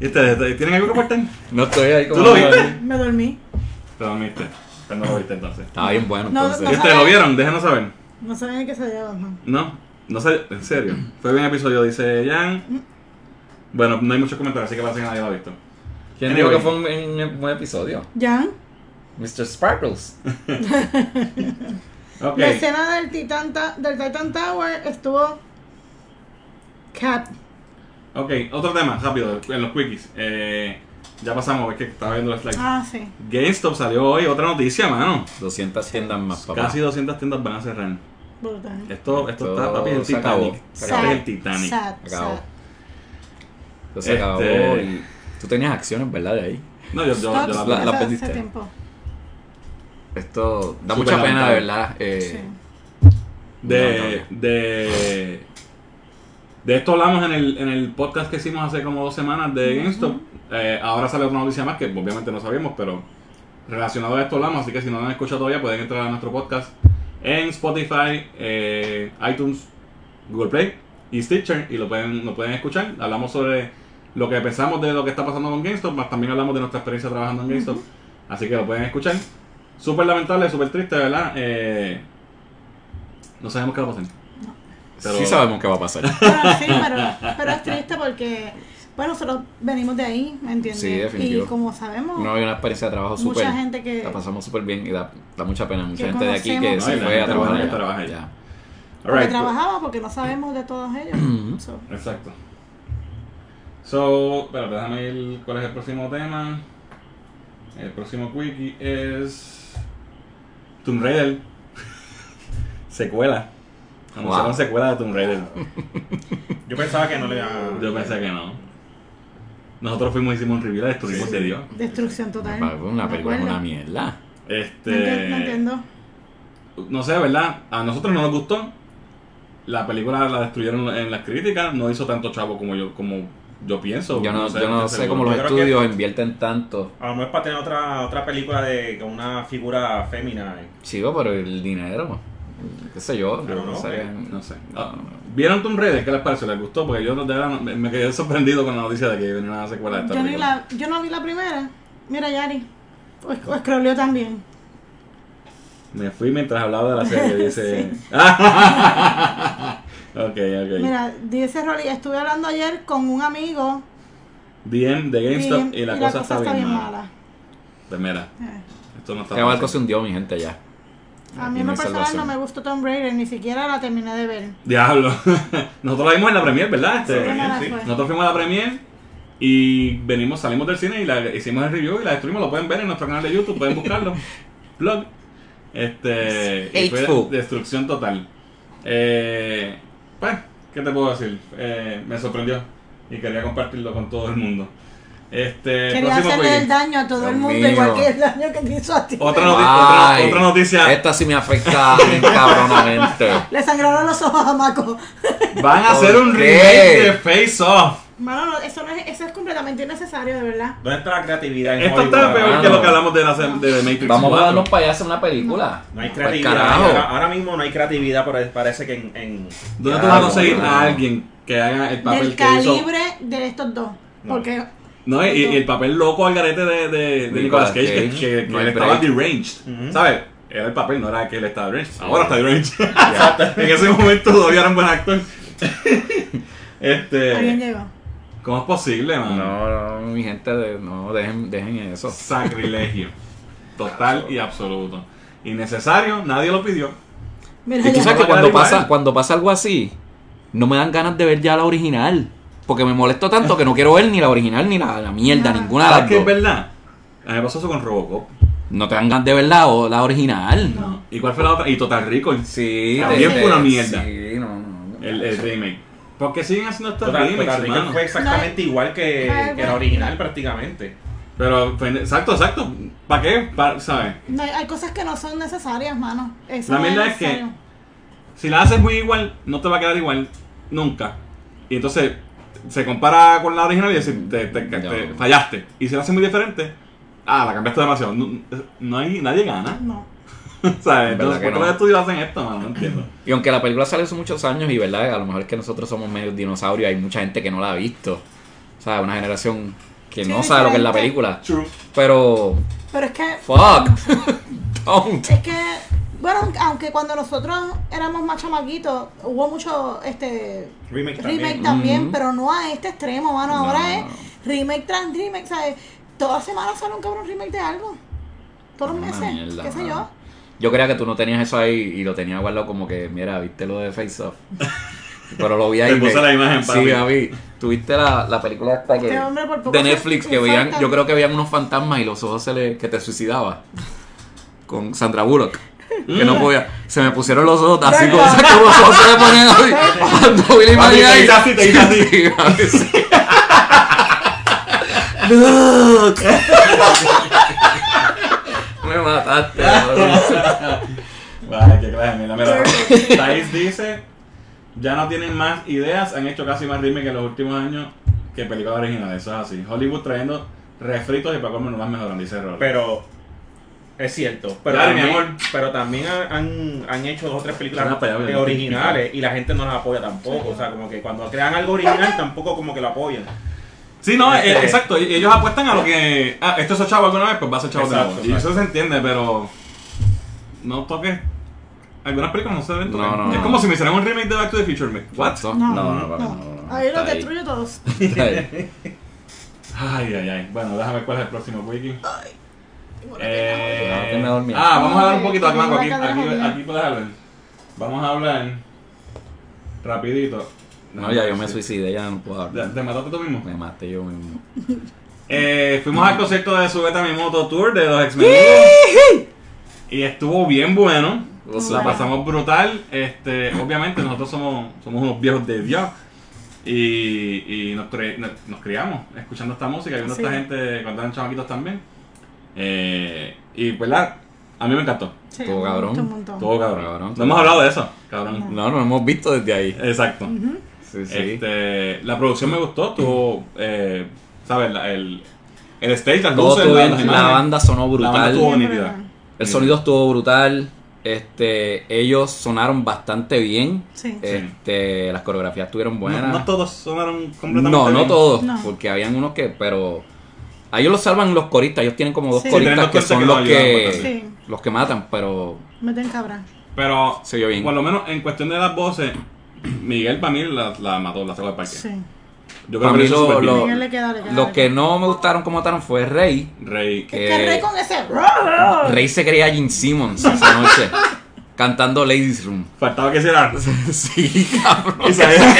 [SPEAKER 1] ¿Y ustedes ustedes tienen algo que aportar?
[SPEAKER 3] No estoy ahí como.
[SPEAKER 1] ¿Tú lo viste?
[SPEAKER 2] Me dormí.
[SPEAKER 1] Te dormiste. Pero no lo viste entonces.
[SPEAKER 3] Estaba bien bueno,
[SPEAKER 2] No,
[SPEAKER 3] entonces.
[SPEAKER 1] ¿Y ustedes lo vieron? Déjenos saber.
[SPEAKER 2] No sabía que se llevaba. ¿no?
[SPEAKER 1] No, no sé, en serio. Fue bien episodio, dice Jan. Bueno, no hay muchos comentarios, así que parece que nadie lo ha visto.
[SPEAKER 3] ¿Quién dijo
[SPEAKER 1] Anyway.
[SPEAKER 3] que fue un, un buen episodio?
[SPEAKER 2] Jan,
[SPEAKER 3] Mr. Sparkles.
[SPEAKER 1] Ok.
[SPEAKER 2] la escena del Titan, Ta- del Titan Tower estuvo. Cap.
[SPEAKER 1] Ok, otro tema, rápido, en los quickies. Eh, ya pasamos, es que estaba viendo las slides.
[SPEAKER 2] Ah, sí.
[SPEAKER 1] GameStop salió hoy, otra noticia, mano.
[SPEAKER 3] 200 tiendas más, papá.
[SPEAKER 4] Ah.
[SPEAKER 1] Casi 200 tiendas van a cerrar.
[SPEAKER 2] Brutal.
[SPEAKER 1] Esto, esto está,
[SPEAKER 3] Esto
[SPEAKER 1] papi, es el
[SPEAKER 3] se acabó.
[SPEAKER 1] Titanic.
[SPEAKER 3] Se
[SPEAKER 1] Este
[SPEAKER 3] acabó.
[SPEAKER 1] es el Titanic.
[SPEAKER 2] Sad,
[SPEAKER 3] Acabó.
[SPEAKER 2] sad.
[SPEAKER 3] Entonces
[SPEAKER 1] Este-
[SPEAKER 3] acabó y. Tú tenías acciones, ¿verdad? De ahí.
[SPEAKER 1] No, yo, yo, yo
[SPEAKER 2] Stocks,
[SPEAKER 1] la-
[SPEAKER 3] la- la
[SPEAKER 2] hace-
[SPEAKER 3] perdiste.
[SPEAKER 2] hace tiempo.
[SPEAKER 3] Esto da
[SPEAKER 1] Súper
[SPEAKER 3] mucha pena,
[SPEAKER 1] lamentable.
[SPEAKER 3] de verdad.
[SPEAKER 2] Sí.
[SPEAKER 3] Eh,
[SPEAKER 1] de, de, de esto hablamos en el, en el podcast que hicimos hace como dos semanas de GameStop. Eh, ahora sale otra noticia más que obviamente no sabíamos, pero relacionado a esto hablamos. Así que si no lo han escuchado todavía, pueden entrar a nuestro podcast en Spotify, eh, iTunes, Google Play y Stitcher y lo pueden, lo pueden escuchar. Hablamos sobre lo que pensamos de lo que está pasando con GameStop, más también hablamos de nuestra experiencia trabajando en GameStop. Así que lo pueden escuchar. Súper lamentable, súper triste, ¿verdad? Eh, no sabemos qué va a pasar. Pero-
[SPEAKER 3] Sí sabemos qué va a pasar.
[SPEAKER 2] Bueno, Ah, sí,
[SPEAKER 3] *laughs*
[SPEAKER 2] pero, pero es triste porque, bueno, nosotros venimos de ahí, ¿me entiendes?
[SPEAKER 3] Sí, definitivo.
[SPEAKER 2] Y como sabemos,
[SPEAKER 3] *laughs* No había una experiencia de trabajo súper.
[SPEAKER 2] mucha gente que...
[SPEAKER 3] La pasamos súper bien y da, da mucha pena. Mucha
[SPEAKER 2] Que
[SPEAKER 3] gente de aquí que
[SPEAKER 2] conocemos.
[SPEAKER 1] No, y
[SPEAKER 3] se
[SPEAKER 1] la
[SPEAKER 3] fue a
[SPEAKER 1] gente
[SPEAKER 3] trabajar.
[SPEAKER 1] buena que
[SPEAKER 3] allá.
[SPEAKER 1] trabaja allá.
[SPEAKER 3] Ya.
[SPEAKER 1] All
[SPEAKER 2] porque
[SPEAKER 1] right.
[SPEAKER 3] pues.
[SPEAKER 2] trabajaba porque no sabemos de todos ellos.
[SPEAKER 3] *clears throat* Ujú.
[SPEAKER 2] So,
[SPEAKER 1] Exacto. So, espérate, déjame ir. ¿Cuál es el próximo tema? El próximo quickie es. Tomb Raider. *laughs* secuela. Anunciaron
[SPEAKER 3] Wow.
[SPEAKER 1] secuela de Tomb Raider.
[SPEAKER 4] Yo pensaba que no le iba
[SPEAKER 1] Yo pensé que no. Nosotros fuimos hicimos un review, la destruimos
[SPEAKER 4] Sí.
[SPEAKER 1] de Dios.
[SPEAKER 2] destrucción total.
[SPEAKER 3] Papá, fue pues, Una
[SPEAKER 2] ¿Me
[SPEAKER 3] película es
[SPEAKER 2] acuerdo?
[SPEAKER 3] una mierda.
[SPEAKER 2] No entiendo, no
[SPEAKER 1] Este.
[SPEAKER 2] entiendo.
[SPEAKER 1] No sé, ¿verdad? A nosotros no nos gustó. La película la destruyeron en las críticas. No hizo tanto chavo como yo, como yo pienso.
[SPEAKER 3] Yo no, yo no sé
[SPEAKER 1] seguro.
[SPEAKER 3] cómo los
[SPEAKER 4] Yo creo que-
[SPEAKER 3] estudios invierten tanto.
[SPEAKER 4] A lo mejor es para tener otra, otra película de con una figura fémina. eh.
[SPEAKER 3] Chico, pero el dinero. Qué sé yo.
[SPEAKER 4] Pero no,
[SPEAKER 3] sé,
[SPEAKER 4] eh,
[SPEAKER 1] No sé. Ah,
[SPEAKER 3] No, no.
[SPEAKER 1] ¿Vieron Tomb Raider? ¿Qué les pareció? ¿Les gustó? Porque yo de verdad, me, me quedé sorprendido con la noticia de que venía una secuela de esta
[SPEAKER 2] Yo, ni
[SPEAKER 1] película.
[SPEAKER 2] la, yo no vi la primera. Mira, Yari. O, o scrolleó también.
[SPEAKER 1] Me fui mientras hablaba de la *laughs* serie. Dice. ok, ok.
[SPEAKER 2] Mira, dice Rolly, estuve hablando ayer con un amigo
[SPEAKER 1] DM de GameStop y, la, cosa está bien mala.
[SPEAKER 2] mala.
[SPEAKER 1] Pues mira,
[SPEAKER 2] Eh.
[SPEAKER 1] esto no está
[SPEAKER 3] Este barco
[SPEAKER 1] fácil.
[SPEAKER 3] se hundió, mi gente, allá.
[SPEAKER 2] A mí
[SPEAKER 3] Aquí no
[SPEAKER 2] en lo
[SPEAKER 3] hay
[SPEAKER 2] personal no
[SPEAKER 3] salvación.
[SPEAKER 2] me gustó Tom Brady, ni siquiera la terminé de ver.
[SPEAKER 1] Diablo. *laughs* Nosotros la vimos en la premier, ¿verdad? Este,
[SPEAKER 4] Sí,
[SPEAKER 2] Qué mala
[SPEAKER 4] sí.
[SPEAKER 2] fue.
[SPEAKER 1] Nosotros fuimos a la premier y venimos, salimos del cine y la hicimos el review y la destruimos. Lo pueden ver en nuestro canal de YouTube, pueden buscarlo. Blog. Este. y fue
[SPEAKER 3] Hateful.
[SPEAKER 1] destrucción total. Eh, pues, ¿qué te puedo decir? Eh, me sorprendió y quería compartirlo con todo el mundo. Este.
[SPEAKER 2] Quería
[SPEAKER 1] próximo
[SPEAKER 2] hacerle
[SPEAKER 1] juego.
[SPEAKER 2] el daño a todo
[SPEAKER 3] Dios
[SPEAKER 2] el mundo,
[SPEAKER 3] mío.
[SPEAKER 2] igual que el daño que te hizo a ti.
[SPEAKER 1] Otra, noti- otra-
[SPEAKER 3] Ay,
[SPEAKER 1] otra noticia.
[SPEAKER 3] Esta sí me afecta
[SPEAKER 1] *laughs*
[SPEAKER 3] bien cabronamente.
[SPEAKER 2] Le sangraron los ojos a Maco.
[SPEAKER 1] Van a hacer un
[SPEAKER 3] ¿Por qué?
[SPEAKER 1] remake de Face Off.
[SPEAKER 2] Mano, no, eso, no es, eso es completamente innecesario, de verdad.
[SPEAKER 4] ¿Dónde está la creatividad en
[SPEAKER 1] Esto
[SPEAKER 4] Hollywood
[SPEAKER 1] está
[SPEAKER 4] ahora
[SPEAKER 1] peor que
[SPEAKER 4] mismo?
[SPEAKER 1] lo que hablamos de, la, se- de The Matrix.
[SPEAKER 3] Vamos a
[SPEAKER 1] 4.
[SPEAKER 3] darnos para allá a hacer una película.
[SPEAKER 4] No
[SPEAKER 1] Pues
[SPEAKER 4] hay
[SPEAKER 3] Pa'l
[SPEAKER 4] creatividad.
[SPEAKER 3] carajo.
[SPEAKER 4] Ahora, ahora mismo no hay creatividad, pero parece que en. en-
[SPEAKER 1] ¿Dónde tú
[SPEAKER 3] Claro,
[SPEAKER 1] vas a conseguir Ah,
[SPEAKER 3] claro.
[SPEAKER 1] a alguien que haga el papel
[SPEAKER 2] Del
[SPEAKER 1] que hizo?
[SPEAKER 2] calibre de estos dos.
[SPEAKER 4] No.
[SPEAKER 2] Porque
[SPEAKER 1] No, y, y el papel loco al garete de, de, de Nicolas
[SPEAKER 3] Nicolas
[SPEAKER 1] Cage, que,
[SPEAKER 3] Cage,
[SPEAKER 1] que- que
[SPEAKER 3] no hay
[SPEAKER 1] él estaba
[SPEAKER 3] break.
[SPEAKER 1] deranged.
[SPEAKER 4] Ujú.
[SPEAKER 1] ¿Sabes? Era el papel, no era que él estaba deranged. Ahora está
[SPEAKER 3] *laughs*
[SPEAKER 1] deranged. en ese momento todavía era un buen actor.
[SPEAKER 2] Alguien
[SPEAKER 1] este,
[SPEAKER 2] llegó.
[SPEAKER 1] ¿Cómo es posible, mano?
[SPEAKER 3] No, no, mi gente, de- no, dejen, dejen eso. *laughs*
[SPEAKER 1] Sacrilegio. Total y absoluto. Innecesario, nadie lo pidió.
[SPEAKER 2] Mira,
[SPEAKER 3] Y tú
[SPEAKER 2] ya.
[SPEAKER 3] sabes que
[SPEAKER 1] va a
[SPEAKER 3] cuando
[SPEAKER 1] quedar
[SPEAKER 3] pasa,
[SPEAKER 1] igual.
[SPEAKER 3] cuando pasa algo así, no me dan ganas de ver ya la original. Porque me molesto tanto que no quiero ver ni la original ni la, la mierda,
[SPEAKER 2] No.
[SPEAKER 3] ninguna de
[SPEAKER 1] ¿Sabes
[SPEAKER 3] las
[SPEAKER 1] qué Ah, es
[SPEAKER 3] dos.
[SPEAKER 1] verdad? A mí me pasó eso con Robocop.
[SPEAKER 3] No te dan ganas de ver la, o- la original.
[SPEAKER 1] ¿Y cuál fue la otra? Y Total Recall.
[SPEAKER 3] Sí,
[SPEAKER 1] También
[SPEAKER 3] te-
[SPEAKER 1] fue una mierda.
[SPEAKER 3] Sí, no, no.
[SPEAKER 1] El, el remake. Porque siguen haciendo estos
[SPEAKER 4] Total,
[SPEAKER 1] remakes,
[SPEAKER 4] Total Recall
[SPEAKER 1] hermano.
[SPEAKER 4] fue exactamente igual que,
[SPEAKER 2] Ah,
[SPEAKER 4] que la
[SPEAKER 2] bueno.
[SPEAKER 4] original prácticamente.
[SPEAKER 1] Pero, fue- exacto, exacto. ¿Para qué? Pa- ¿Sabes?
[SPEAKER 2] No, hay- hay cosas que no son necesarias, mano. Eso
[SPEAKER 1] La
[SPEAKER 2] no
[SPEAKER 1] mierda es que-
[SPEAKER 2] necesario.
[SPEAKER 1] Si la haces muy igual, no te va a quedar igual nunca. Y entonces se compara con la original y decir, te, te- te-
[SPEAKER 3] No.
[SPEAKER 1] te fallaste. Y si la haces muy diferente, ah, la cambiaste demasiado. No, no hay, nadie gana. *laughs*
[SPEAKER 2] No.
[SPEAKER 1] ¿Sabes?
[SPEAKER 3] En verdad
[SPEAKER 1] Entonces,
[SPEAKER 3] que
[SPEAKER 1] ¿por qué
[SPEAKER 3] no.
[SPEAKER 1] los estudios hacen esto, mano? No entiendo.
[SPEAKER 3] Y aunque la película sale hace muchos años y verdad, a lo mejor es que nosotros somos medio dinosaurios, hay mucha gente que no la ha visto. O sea, una generación que
[SPEAKER 2] Sí,
[SPEAKER 3] no sabe lo que es la
[SPEAKER 2] diferente.
[SPEAKER 3] película.
[SPEAKER 1] True.
[SPEAKER 3] Pero, oh,
[SPEAKER 2] Pero es que.
[SPEAKER 3] fuck,
[SPEAKER 2] *laughs*
[SPEAKER 1] *laughs*
[SPEAKER 3] don't.
[SPEAKER 2] Es que. Bueno, aunque cuando nosotros éramos más chamaquitos, hubo mucho este
[SPEAKER 4] Remake también.
[SPEAKER 2] remake también,
[SPEAKER 3] Ujú.
[SPEAKER 2] pero no a este extremo, mano.
[SPEAKER 3] No,
[SPEAKER 2] Ahora
[SPEAKER 3] no,
[SPEAKER 2] es
[SPEAKER 3] no.
[SPEAKER 2] remake tras remake, ¿sabes? Todas semanas sale un cabrón remake de algo. Todos los
[SPEAKER 3] Una
[SPEAKER 2] meses,
[SPEAKER 3] mierda,
[SPEAKER 2] qué sé
[SPEAKER 3] mano.
[SPEAKER 2] yo.
[SPEAKER 3] Yo creía que tú no tenías eso ahí y lo tenía guardado como que, mira, viste lo de Face
[SPEAKER 2] *laughs*
[SPEAKER 3] Off. Pero lo vi ahí.
[SPEAKER 1] Te puse
[SPEAKER 3] me-
[SPEAKER 1] la imagen, papi.
[SPEAKER 3] Sí, papi. Tuviste la, la película esta que.
[SPEAKER 2] Este hombre por poco
[SPEAKER 3] de
[SPEAKER 2] se
[SPEAKER 3] Netflix que
[SPEAKER 2] infarta.
[SPEAKER 3] veían. Yo creo que veían unos fantasmas y los ojos se le. que te suicidaba. Con Sandra Bullock. Que
[SPEAKER 1] Mm.
[SPEAKER 3] no podía. Se me pusieron los ojos así como, *laughs*
[SPEAKER 2] Venga.
[SPEAKER 3] como los ojos se le
[SPEAKER 1] *laughs*
[SPEAKER 3] ponían así. Cuando vi la
[SPEAKER 1] Papi,
[SPEAKER 3] imagen
[SPEAKER 1] te
[SPEAKER 3] ahí.
[SPEAKER 1] hice así, te hice así.
[SPEAKER 3] Sí,
[SPEAKER 1] *laughs*
[SPEAKER 3] papi, sí. Look. Me mataste, cabrón.
[SPEAKER 1] Vaya, qué clase, mira, mira. Thais dice, ya no tienen más ideas, han hecho casi más remakes en los últimos años que películas originales. Eso es así. Hollywood trayendo refritos y para comer no las mejoran, dice Robert.
[SPEAKER 4] Pero es cierto. Pero
[SPEAKER 1] Claro, mi
[SPEAKER 4] también,
[SPEAKER 1] amor.
[SPEAKER 4] pero también han- han, han hecho dos o tres películas
[SPEAKER 1] Suena para allá,
[SPEAKER 4] de
[SPEAKER 1] ¿verdad?
[SPEAKER 4] originales y la gente no las apoya tampoco. O sea, como que cuando crean algo original tampoco como que lo apoyan.
[SPEAKER 1] Sí, no,
[SPEAKER 4] Este-
[SPEAKER 1] eh, exacto. y- Ellos apuestan a lo que. Ah, esto es chavo alguna vez, pues va a ser chavo de
[SPEAKER 4] Exacto,
[SPEAKER 1] nuevo. Y
[SPEAKER 4] exacto.
[SPEAKER 1] eso se entiende, pero. No toques. Algunas películas no se deben tocar.
[SPEAKER 3] No, no,
[SPEAKER 1] es
[SPEAKER 3] no.
[SPEAKER 1] como si me hicieran un remake de Back to the Future, me. What?
[SPEAKER 3] Exacto.
[SPEAKER 2] No,
[SPEAKER 3] No, no,
[SPEAKER 2] no,
[SPEAKER 3] papi, no, no,
[SPEAKER 2] Ahí
[SPEAKER 3] está
[SPEAKER 2] los
[SPEAKER 3] ahí. Eh,
[SPEAKER 2] destruyo todos. *laughs*
[SPEAKER 3] Está ahí.
[SPEAKER 1] Ay, ay, ay. Bueno, déjame ver cuál es el próximo wiki.
[SPEAKER 3] Ah, que
[SPEAKER 1] Eh,
[SPEAKER 3] me dormí.
[SPEAKER 1] ah, vamos a hablar un
[SPEAKER 2] Ay,
[SPEAKER 1] poquito aquí,
[SPEAKER 2] tengo
[SPEAKER 1] Marco,
[SPEAKER 2] la
[SPEAKER 1] aquí,
[SPEAKER 2] cadera
[SPEAKER 1] aquí,
[SPEAKER 2] jodida.
[SPEAKER 1] aquí puedes hablar. Vamos a hablar rapidito.
[SPEAKER 3] No, ya yo me suicidé, ya no puedo
[SPEAKER 1] ¿Te
[SPEAKER 3] hablar.
[SPEAKER 1] te mataste tú mismo?
[SPEAKER 3] Me maté yo mismo.
[SPEAKER 1] Eh, fuimos al concierto de Subeta Mi Moto Tour de los ex Y estuvo bien bueno. La pasamos brutal. Este, obviamente, nosotros somos, somos unos viejos de Dios. Y, y nos, cre- nos, nos criamos escuchando esta música y viendo
[SPEAKER 2] Sí.
[SPEAKER 1] esta gente cuando eran chamaquitos también. Eh, y, ¿verdad? A mí me encantó.
[SPEAKER 2] Sí,
[SPEAKER 3] Estuvo
[SPEAKER 2] me gusta
[SPEAKER 3] cabrón.
[SPEAKER 2] un montón.
[SPEAKER 1] Todo cabrón.
[SPEAKER 3] Cabrón.
[SPEAKER 1] No hemos hablado de eso, cabrón.
[SPEAKER 3] No, no hemos visto desde ahí.
[SPEAKER 1] Exacto.
[SPEAKER 3] Sí, sí.
[SPEAKER 1] Este, la producción me gustó. Tuvo, eh, ¿sabes? La- el, el stage, las
[SPEAKER 3] Todo
[SPEAKER 1] luces,
[SPEAKER 3] estuvo
[SPEAKER 1] la-
[SPEAKER 3] bien,
[SPEAKER 1] las
[SPEAKER 3] la
[SPEAKER 1] imágenes.
[SPEAKER 3] banda sonó
[SPEAKER 1] La banda
[SPEAKER 3] brutal.
[SPEAKER 1] estuvo
[SPEAKER 2] Bien
[SPEAKER 1] nítida.
[SPEAKER 2] brutal.
[SPEAKER 3] El sonido estuvo brutal. Este, ellos sonaron bastante bien.
[SPEAKER 2] Sí.
[SPEAKER 3] Este, las coreografías estuvieron buenas.
[SPEAKER 1] No, no todos sonaron completamente
[SPEAKER 3] No, no
[SPEAKER 1] bien.
[SPEAKER 3] todos,
[SPEAKER 2] No.
[SPEAKER 3] porque habían unos que, pero a ellos los salvan los coristas, ellos tienen como dos
[SPEAKER 2] Sí.
[SPEAKER 1] Sí,
[SPEAKER 3] coristas
[SPEAKER 1] tenemos
[SPEAKER 3] que
[SPEAKER 1] cuenta
[SPEAKER 3] son
[SPEAKER 1] que
[SPEAKER 3] los
[SPEAKER 1] no
[SPEAKER 3] que
[SPEAKER 1] ayudan pues,
[SPEAKER 2] bastante. Sí.
[SPEAKER 3] los que matan, pero
[SPEAKER 2] Meten cabra.
[SPEAKER 1] Pero,
[SPEAKER 3] se oyó bien.
[SPEAKER 1] por lo menos en cuestión de las voces, *clears throat* Miguel para mí la, la mató, la sacó del parque.
[SPEAKER 2] Sí.
[SPEAKER 1] Yo creo
[SPEAKER 3] Pa'
[SPEAKER 1] que
[SPEAKER 3] mí
[SPEAKER 1] eso
[SPEAKER 3] lo-
[SPEAKER 1] súper
[SPEAKER 3] lo-
[SPEAKER 1] bien.
[SPEAKER 2] Miguel le queda, le queda.
[SPEAKER 3] Los
[SPEAKER 2] le
[SPEAKER 3] que
[SPEAKER 2] queda.
[SPEAKER 3] no me gustaron como mataron fue Rey.
[SPEAKER 1] Rey.
[SPEAKER 2] Es que
[SPEAKER 3] que-
[SPEAKER 2] rey con ese. Oh.
[SPEAKER 3] Rey se creía Jim Simmons esa noche cantando Ladies Room. *laughs*
[SPEAKER 1] Faltaba que hiciera.
[SPEAKER 3] Sí, cabrón.
[SPEAKER 1] Y salía-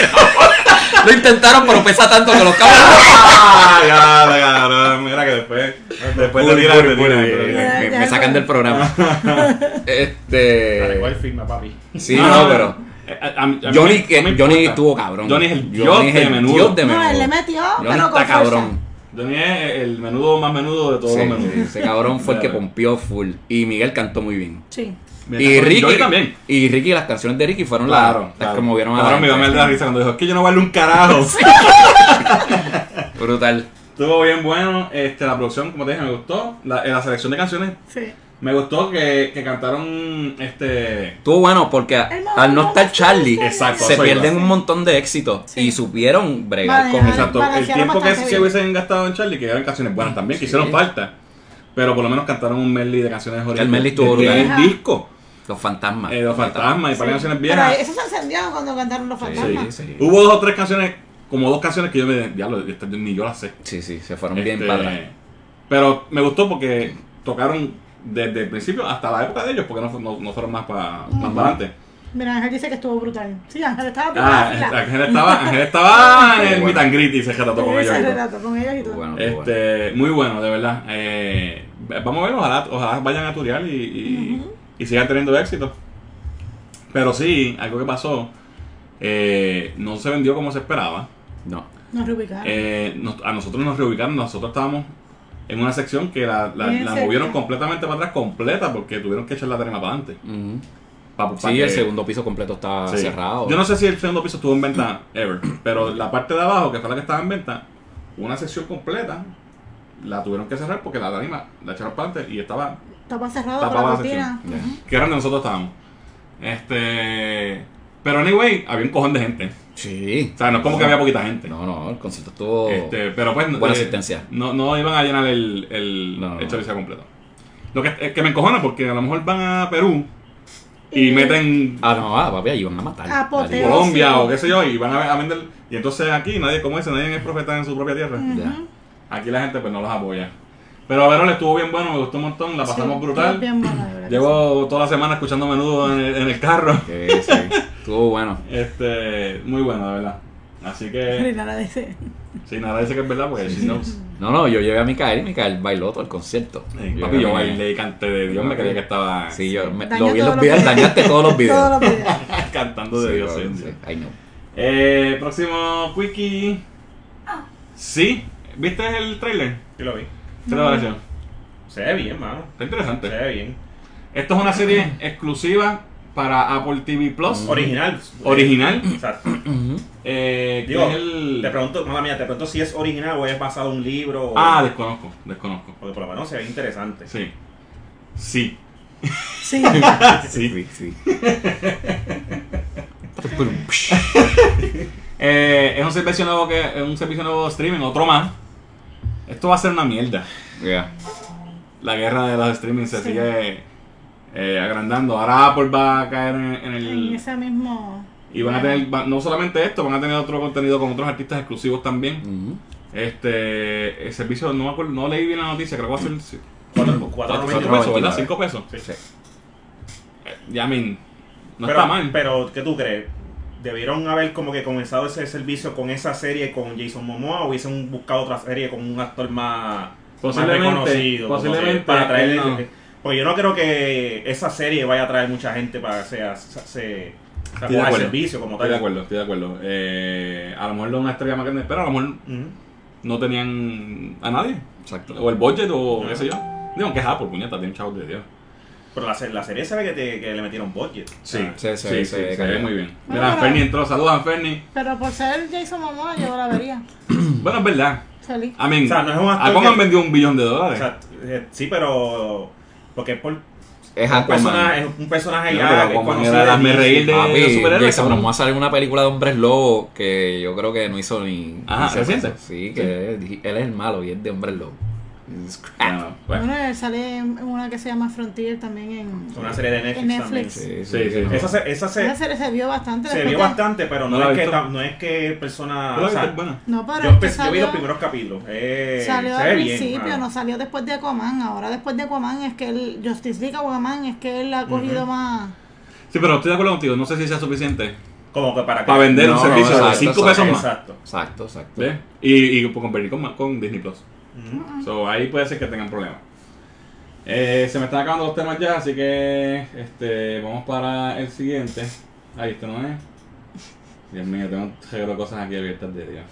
[SPEAKER 3] Lo intentaron, pero pesa tanto que los cabros.
[SPEAKER 1] *laughs* Ah, ya, ya, ya, Mira que después. Después te
[SPEAKER 3] Puri,
[SPEAKER 1] tiran,
[SPEAKER 3] puri,
[SPEAKER 1] te tiran,
[SPEAKER 3] puri.
[SPEAKER 1] te tiran.
[SPEAKER 2] Ya,
[SPEAKER 3] Me,
[SPEAKER 2] ya,
[SPEAKER 3] me sacan
[SPEAKER 2] ya. *laughs*
[SPEAKER 3] del programa.
[SPEAKER 4] Al
[SPEAKER 3] Este.
[SPEAKER 4] igual firma, papi.
[SPEAKER 3] Sí, no, pero.
[SPEAKER 1] Eh, a- a mí- a mí
[SPEAKER 3] Johnny,
[SPEAKER 1] no
[SPEAKER 3] que-
[SPEAKER 1] me
[SPEAKER 3] Johnny
[SPEAKER 1] importa.
[SPEAKER 3] estuvo cabrón.
[SPEAKER 1] Johnny es el dios
[SPEAKER 3] es
[SPEAKER 1] de
[SPEAKER 3] el
[SPEAKER 1] menudo.
[SPEAKER 3] dios de
[SPEAKER 2] No, él
[SPEAKER 3] menudo.
[SPEAKER 2] le metió,
[SPEAKER 3] Johnny
[SPEAKER 2] pero
[SPEAKER 3] está
[SPEAKER 2] con
[SPEAKER 3] cabrón.
[SPEAKER 1] Johnny es el menudo más menudo de todos
[SPEAKER 3] Sí,
[SPEAKER 1] los menudos.
[SPEAKER 3] sí, ese cabrón fue el que
[SPEAKER 1] Claro.
[SPEAKER 3] pompió full. Y Miguel cantó muy bien.
[SPEAKER 2] fuerza. Sí.
[SPEAKER 3] Y Ricky,
[SPEAKER 1] Johnny también.
[SPEAKER 3] y Ricky, las canciones de Ricky fueron la- las que movieron a la
[SPEAKER 1] Ahora me
[SPEAKER 3] gente.
[SPEAKER 1] dio mal de la risa cuando dijo, es que yo no valgo un
[SPEAKER 3] *laughs*
[SPEAKER 1] carajo.
[SPEAKER 3] Brutal.
[SPEAKER 1] Estuvo bien bueno, este, la producción, como te dije, me gustó. La, eh, la selección de canciones
[SPEAKER 2] Sí.
[SPEAKER 1] Me gustó que, que cantaron este.
[SPEAKER 3] Estuvo bueno porque a-
[SPEAKER 2] El mamá
[SPEAKER 3] al no
[SPEAKER 2] no
[SPEAKER 3] estar
[SPEAKER 2] me
[SPEAKER 3] Charlie,
[SPEAKER 2] suelta.
[SPEAKER 1] Exacto,
[SPEAKER 3] se
[SPEAKER 1] eso
[SPEAKER 3] pierden
[SPEAKER 1] iba.
[SPEAKER 3] un montón de éxitos y supieron bregar
[SPEAKER 2] Vale,
[SPEAKER 3] con
[SPEAKER 2] vale.
[SPEAKER 3] eso.
[SPEAKER 1] Exacto, el
[SPEAKER 2] balancearon
[SPEAKER 1] tiempo que
[SPEAKER 2] bastante
[SPEAKER 1] se
[SPEAKER 2] bien.
[SPEAKER 1] hubiesen gastado en Charlie, que eran canciones buenas también, que
[SPEAKER 3] Ah, Sí.
[SPEAKER 1] hicieron falta. Pero por lo menos cantaron un medley de canciones originales.
[SPEAKER 3] medley estuvo
[SPEAKER 1] de-
[SPEAKER 3] brutal.
[SPEAKER 1] del disco.
[SPEAKER 3] Los fantasmas.
[SPEAKER 1] Eh, los fantasmas y para canciones viejas.
[SPEAKER 2] Pero eso se encendió cuando cantaron los fantasmas.
[SPEAKER 3] Sí, sí.
[SPEAKER 1] Hubo dos o tres canciones, como dos canciones que yo me. Diablo, estas yo ni yo las sé.
[SPEAKER 3] Sí, sí, se fueron
[SPEAKER 1] Este,
[SPEAKER 3] bien padres.
[SPEAKER 1] Pero me gustó porque tocaron desde el principio hasta la época de ellos, porque no, fu- no- no fueron más para más para adelante.
[SPEAKER 2] Mira, Ángel dice que estuvo brutal. Sí, Ángel estaba por
[SPEAKER 1] Ah,
[SPEAKER 2] la fila.
[SPEAKER 1] Ángel
[SPEAKER 3] *laughs*
[SPEAKER 1] estaba, Ángel estaba en el
[SPEAKER 3] Bueno.
[SPEAKER 1] meet and greet y se retrató con
[SPEAKER 2] Sí,
[SPEAKER 1] ellos.
[SPEAKER 2] se
[SPEAKER 1] y todo.
[SPEAKER 2] relató con ellos y todo.
[SPEAKER 3] Bueno, qué bueno.
[SPEAKER 1] Este, muy bueno, de verdad. Eh, vamos a ver, ojalá, ojalá vayan a Turial y, y, y sigan teniendo éxito. Pero sí, algo que pasó, eh, no se vendió como se esperaba.
[SPEAKER 3] No.
[SPEAKER 2] Nos reubicaron.
[SPEAKER 1] Eh, nos- a nosotros nos reubicaron, nosotros estábamos en una sección que la, la-
[SPEAKER 2] Bien
[SPEAKER 1] la
[SPEAKER 2] cerca.
[SPEAKER 1] movieron completamente para atrás, completa, porque tuvieron que echar la tarima para adelante.
[SPEAKER 3] Ujú.
[SPEAKER 1] Pa- pa
[SPEAKER 3] Sí,
[SPEAKER 1] que-
[SPEAKER 3] el segundo piso completo está
[SPEAKER 1] sí.
[SPEAKER 3] cerrado.
[SPEAKER 1] Yo no sé si el segundo piso estuvo en venta ever, pero la parte de abajo, que fue la que estaba en venta, una sección completa, la tuvieron que cerrar porque la tarima la echaron para adelante y estaba
[SPEAKER 2] Estaba cerrado por
[SPEAKER 1] tapaba
[SPEAKER 2] la
[SPEAKER 1] la
[SPEAKER 2] cortina.
[SPEAKER 3] sección.
[SPEAKER 2] Ujú.
[SPEAKER 1] que era donde nosotros estábamos. Este. Pero anyway, había un cojón de gente.
[SPEAKER 3] Sí.
[SPEAKER 1] O sea, no es como que había poquita gente.
[SPEAKER 3] No, no, el concierto estuvo.
[SPEAKER 1] Este, pero pues.
[SPEAKER 3] Buena
[SPEAKER 1] eh,
[SPEAKER 3] asistencia.
[SPEAKER 1] No, no iban a llenar el, el,
[SPEAKER 3] No, no,
[SPEAKER 1] el
[SPEAKER 3] no.
[SPEAKER 1] chorizo completo. Lo que, es que me encojona porque a lo mejor van a Perú y meten
[SPEAKER 3] Ah, no, ah, pues, papi, ahí van a matar.
[SPEAKER 2] Apoteo.
[SPEAKER 3] Ahí-
[SPEAKER 1] Colombia
[SPEAKER 2] sí.
[SPEAKER 1] o qué sé yo y van a, a vender. Y entonces aquí nadie, como dice, nadie es profeta en su propia tierra.
[SPEAKER 2] Ujú.
[SPEAKER 3] Ya.
[SPEAKER 1] Aquí la gente pues no los apoya. Pero a Verón estuvo bien bueno, me gustó un montón, la pasamos
[SPEAKER 2] Sí, estuvo
[SPEAKER 1] brutal.
[SPEAKER 2] bien bueno, de verdad.
[SPEAKER 1] Llevo toda la semana escuchando menudo en el- en el carro.
[SPEAKER 3] Sí, sí. Estuvo bueno.
[SPEAKER 1] Este, muy bueno, de verdad. Así
[SPEAKER 2] *laughs*
[SPEAKER 1] que,
[SPEAKER 2] Rinara dice.
[SPEAKER 1] si nada dice que es verdad, porque she knows.
[SPEAKER 3] No, no, yo llevé a Micael y Micael bailó todo el concierto.
[SPEAKER 1] Eh,
[SPEAKER 3] Yo
[SPEAKER 1] papi,
[SPEAKER 3] creo
[SPEAKER 1] yo
[SPEAKER 3] que-
[SPEAKER 1] bailé y canté de Dios, me creía que estaba
[SPEAKER 3] Sí, yo me-
[SPEAKER 2] Dañó
[SPEAKER 3] lo vi en
[SPEAKER 2] todos
[SPEAKER 3] los
[SPEAKER 2] los
[SPEAKER 3] videos,
[SPEAKER 2] videos.
[SPEAKER 3] dañaste *laughs* todos los videos.
[SPEAKER 2] Todos los videos.
[SPEAKER 1] cantando de
[SPEAKER 3] Sí,
[SPEAKER 1] Dios.
[SPEAKER 3] cabrón,
[SPEAKER 1] sí.
[SPEAKER 3] sí. Ay, no.
[SPEAKER 1] Eh, próximo quickie. Sí, ¿viste el trailer?
[SPEAKER 4] Yo lo vi.
[SPEAKER 1] ¿Qué te pareció?
[SPEAKER 4] Se ve bien, mano.
[SPEAKER 1] Está
[SPEAKER 4] Se
[SPEAKER 1] interesante.
[SPEAKER 4] ve bien.
[SPEAKER 1] Esto es una serie exclusiva para Apple TV Plus.
[SPEAKER 4] Mm. Original.
[SPEAKER 1] Original.
[SPEAKER 4] Exacto.
[SPEAKER 1] Eh, que
[SPEAKER 4] Digo,
[SPEAKER 1] es el-
[SPEAKER 4] te pregunto, mala mía, te pregunto si es original o es basado en un libro. o-
[SPEAKER 1] Ah, desconozco, desconozco.
[SPEAKER 4] Porque por lo menos se ve interesante.
[SPEAKER 1] Sí.
[SPEAKER 4] *laughs*
[SPEAKER 1] Sí.
[SPEAKER 2] Sí.
[SPEAKER 1] Sí.
[SPEAKER 3] sí.
[SPEAKER 1] *laughs* Eh, es un servicio nuevo que es un servicio nuevo de streaming, otro más. Esto va a ser una mierda.
[SPEAKER 3] Yeah.
[SPEAKER 1] La guerra de los streaming se
[SPEAKER 2] Sí.
[SPEAKER 1] sigue eh, agrandando. Ahora Apple va a caer en, en
[SPEAKER 2] En
[SPEAKER 1] el
[SPEAKER 2] ese mismo.
[SPEAKER 1] y van a tener va- no solamente esto, van a tener otro contenido con otros artistas exclusivos también.
[SPEAKER 3] Ujú.
[SPEAKER 1] Este el servicio no me acuerdo, no leí bien la noticia, creo que va a ser sí,
[SPEAKER 4] Cuatro,
[SPEAKER 1] cuatro
[SPEAKER 4] cuatro
[SPEAKER 1] cinco
[SPEAKER 4] noventa y
[SPEAKER 1] pesos, ¿verdad?
[SPEAKER 3] veintinueve.
[SPEAKER 1] Cinco pesos.
[SPEAKER 4] nueve. Sí.
[SPEAKER 1] Eh, Ya, I mean, no
[SPEAKER 4] pero,
[SPEAKER 1] está mal.
[SPEAKER 4] Pero, ¿qué tú crees? ¿Debieron haber como que comenzado ese servicio con esa serie con Jason Momoa o hubiesen buscado otra serie con un actor más,
[SPEAKER 1] Posiblemente,
[SPEAKER 4] más reconocido? como que
[SPEAKER 1] posiblemente,
[SPEAKER 4] para traer...
[SPEAKER 1] no.
[SPEAKER 4] Porque yo no creo que esa serie vaya a traer mucha gente para que sea, se, se se
[SPEAKER 1] Estoy de
[SPEAKER 4] acoja al
[SPEAKER 1] acuerdo.
[SPEAKER 4] servicio como
[SPEAKER 1] Estoy
[SPEAKER 4] tal.
[SPEAKER 1] de acuerdo, estoy de acuerdo. Eh, a lo mejor no es una estrella más grande, pero a lo mejor
[SPEAKER 4] Ujú.
[SPEAKER 1] no tenían a nadie.
[SPEAKER 3] Exacto.
[SPEAKER 1] O el budget o qué sé yo. Digo, que es Apple, puñeta, tiene un chavo de Dios.
[SPEAKER 4] Pero la, se- la serie se ve que, te- que le metieron budget.
[SPEAKER 1] Sí,
[SPEAKER 4] Ah,
[SPEAKER 3] sí, sí, sí,
[SPEAKER 1] se,
[SPEAKER 3] calidad.
[SPEAKER 1] ve muy bien.
[SPEAKER 2] Ah,
[SPEAKER 1] Mira,
[SPEAKER 2] pero-
[SPEAKER 1] Fernie entró. Saludos a Fernie.
[SPEAKER 2] Pero por ser Jason Momoa, yo la vería.
[SPEAKER 1] Bueno, es verdad.
[SPEAKER 2] Feliz.
[SPEAKER 1] I mean,
[SPEAKER 4] O sea, no es un actor
[SPEAKER 1] ¿a cómo
[SPEAKER 4] que-
[SPEAKER 1] han vendido un billón de
[SPEAKER 4] o
[SPEAKER 1] dólares?
[SPEAKER 4] sea, eh, sí, pero... Porque es por un
[SPEAKER 3] Es Aquaman.
[SPEAKER 4] personaje, es un personaje
[SPEAKER 1] No,
[SPEAKER 4] ya
[SPEAKER 1] pero
[SPEAKER 4] que
[SPEAKER 1] Aquaman
[SPEAKER 4] conocido
[SPEAKER 1] era el
[SPEAKER 4] de
[SPEAKER 1] hazme
[SPEAKER 4] DC.
[SPEAKER 1] reír de- los
[SPEAKER 3] Papi,
[SPEAKER 1] superhéroes,
[SPEAKER 3] Jason
[SPEAKER 1] cabrón.
[SPEAKER 3] Momoa sale en una película de hombres lobos que yo creo que no hizo ni.
[SPEAKER 1] Ajá,
[SPEAKER 3] ni se
[SPEAKER 1] ¿reciente?
[SPEAKER 3] pasó. Sí, que él- él es el malo y es de hombres lobos. It's crap.
[SPEAKER 1] Ah, Bueno, pues. bueno.
[SPEAKER 2] Bueno, él sale en una que se llama Frontier también en.
[SPEAKER 4] Es una serie de Netflix,
[SPEAKER 2] En Netflix.
[SPEAKER 4] también.
[SPEAKER 3] Sí,
[SPEAKER 1] Sí,
[SPEAKER 3] sí,
[SPEAKER 1] sí.
[SPEAKER 3] sí.
[SPEAKER 4] Esa, se- esa se-
[SPEAKER 2] Esa serie se vio bastante.
[SPEAKER 4] Se
[SPEAKER 2] después
[SPEAKER 4] vio
[SPEAKER 2] de-
[SPEAKER 4] bastante, pero no,
[SPEAKER 1] No la
[SPEAKER 4] es
[SPEAKER 1] he
[SPEAKER 4] que,
[SPEAKER 1] visto.
[SPEAKER 4] tam- no es que persona.
[SPEAKER 1] Pero
[SPEAKER 4] Ah, o sea,
[SPEAKER 1] es buena.
[SPEAKER 2] No, pero.
[SPEAKER 4] yo,
[SPEAKER 2] es que
[SPEAKER 4] empecé- yo vi
[SPEAKER 2] salió-
[SPEAKER 4] los primeros capítulos. Eh,
[SPEAKER 2] Salió
[SPEAKER 4] se
[SPEAKER 2] al
[SPEAKER 4] ve bien, ah,
[SPEAKER 2] principio,
[SPEAKER 4] mano.
[SPEAKER 2] no salió después de Aquaman. Ahora después de Aquaman es que el Justice League Aquaman es que él ha cogido más.
[SPEAKER 1] Sí, pero estoy de acuerdo contigo. No sé si sea suficiente
[SPEAKER 4] Como que para que.
[SPEAKER 1] para vender
[SPEAKER 3] No,
[SPEAKER 1] un
[SPEAKER 3] no,
[SPEAKER 1] servicio de
[SPEAKER 3] exacto,
[SPEAKER 1] 5 pesos más.
[SPEAKER 4] Exacto.
[SPEAKER 3] Exacto, exacto.
[SPEAKER 1] ¿Ves? Y, y por competir con, con Disney Plus.
[SPEAKER 4] Ujú.
[SPEAKER 1] So, ahí puede ser que tengan problemas. Eh, se me están acabando los temas ya, así que este, vamos para el siguiente. Ahí, esto no es. Dios mío, tengo un reguero de cosas aquí abiertas de Dios.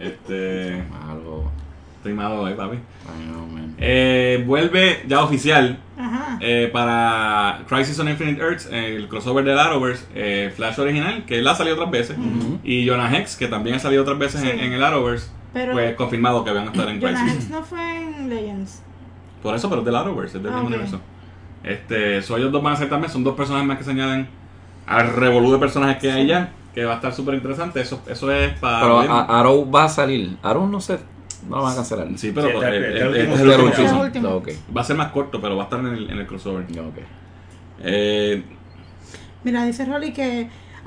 [SPEAKER 1] Este,
[SPEAKER 3] Malo.
[SPEAKER 1] estoy malo hoy, papi.
[SPEAKER 3] Ay, no, man.
[SPEAKER 1] Eh, vuelve ya oficial
[SPEAKER 2] Ajá.
[SPEAKER 1] eh, para Crisis on Infinite Earths, el crossover de Arrowverse, eh, Flash original, que él ha salido otras veces, y Jonah Hex, que también ha salido otras veces en, en el Arrowverse,
[SPEAKER 2] Pero-
[SPEAKER 1] pues confirmado que van a estar en
[SPEAKER 2] Jonah
[SPEAKER 1] Crisis.
[SPEAKER 2] Hex no fue en Legends.
[SPEAKER 1] Por eso, pero es del Arrowverse, es del
[SPEAKER 2] Ah,
[SPEAKER 1] mismo
[SPEAKER 2] ok.
[SPEAKER 1] universo. Este, so ellos dos van a ser también, son dos personajes más que se añaden al revolú de personajes que hay ya, que va a estar súper interesante. Eso, eso es para.
[SPEAKER 3] Pero ah,
[SPEAKER 1] abrir.
[SPEAKER 3] a- Arrow va a salir. Arrow no sé. No lo van a cancelar.
[SPEAKER 1] sí, pero
[SPEAKER 4] Sí,
[SPEAKER 1] pues,
[SPEAKER 4] este-
[SPEAKER 1] eh,
[SPEAKER 4] este
[SPEAKER 1] eh,
[SPEAKER 4] último
[SPEAKER 1] este es el
[SPEAKER 3] Este es el
[SPEAKER 1] último
[SPEAKER 2] último.
[SPEAKER 1] season.
[SPEAKER 3] último.
[SPEAKER 2] último.
[SPEAKER 3] Ok.
[SPEAKER 1] Va a ser más corto, pero va a estar en el, en el crossover.
[SPEAKER 3] Ya, ok.
[SPEAKER 1] Eh,
[SPEAKER 2] Mira, dice Rolly que.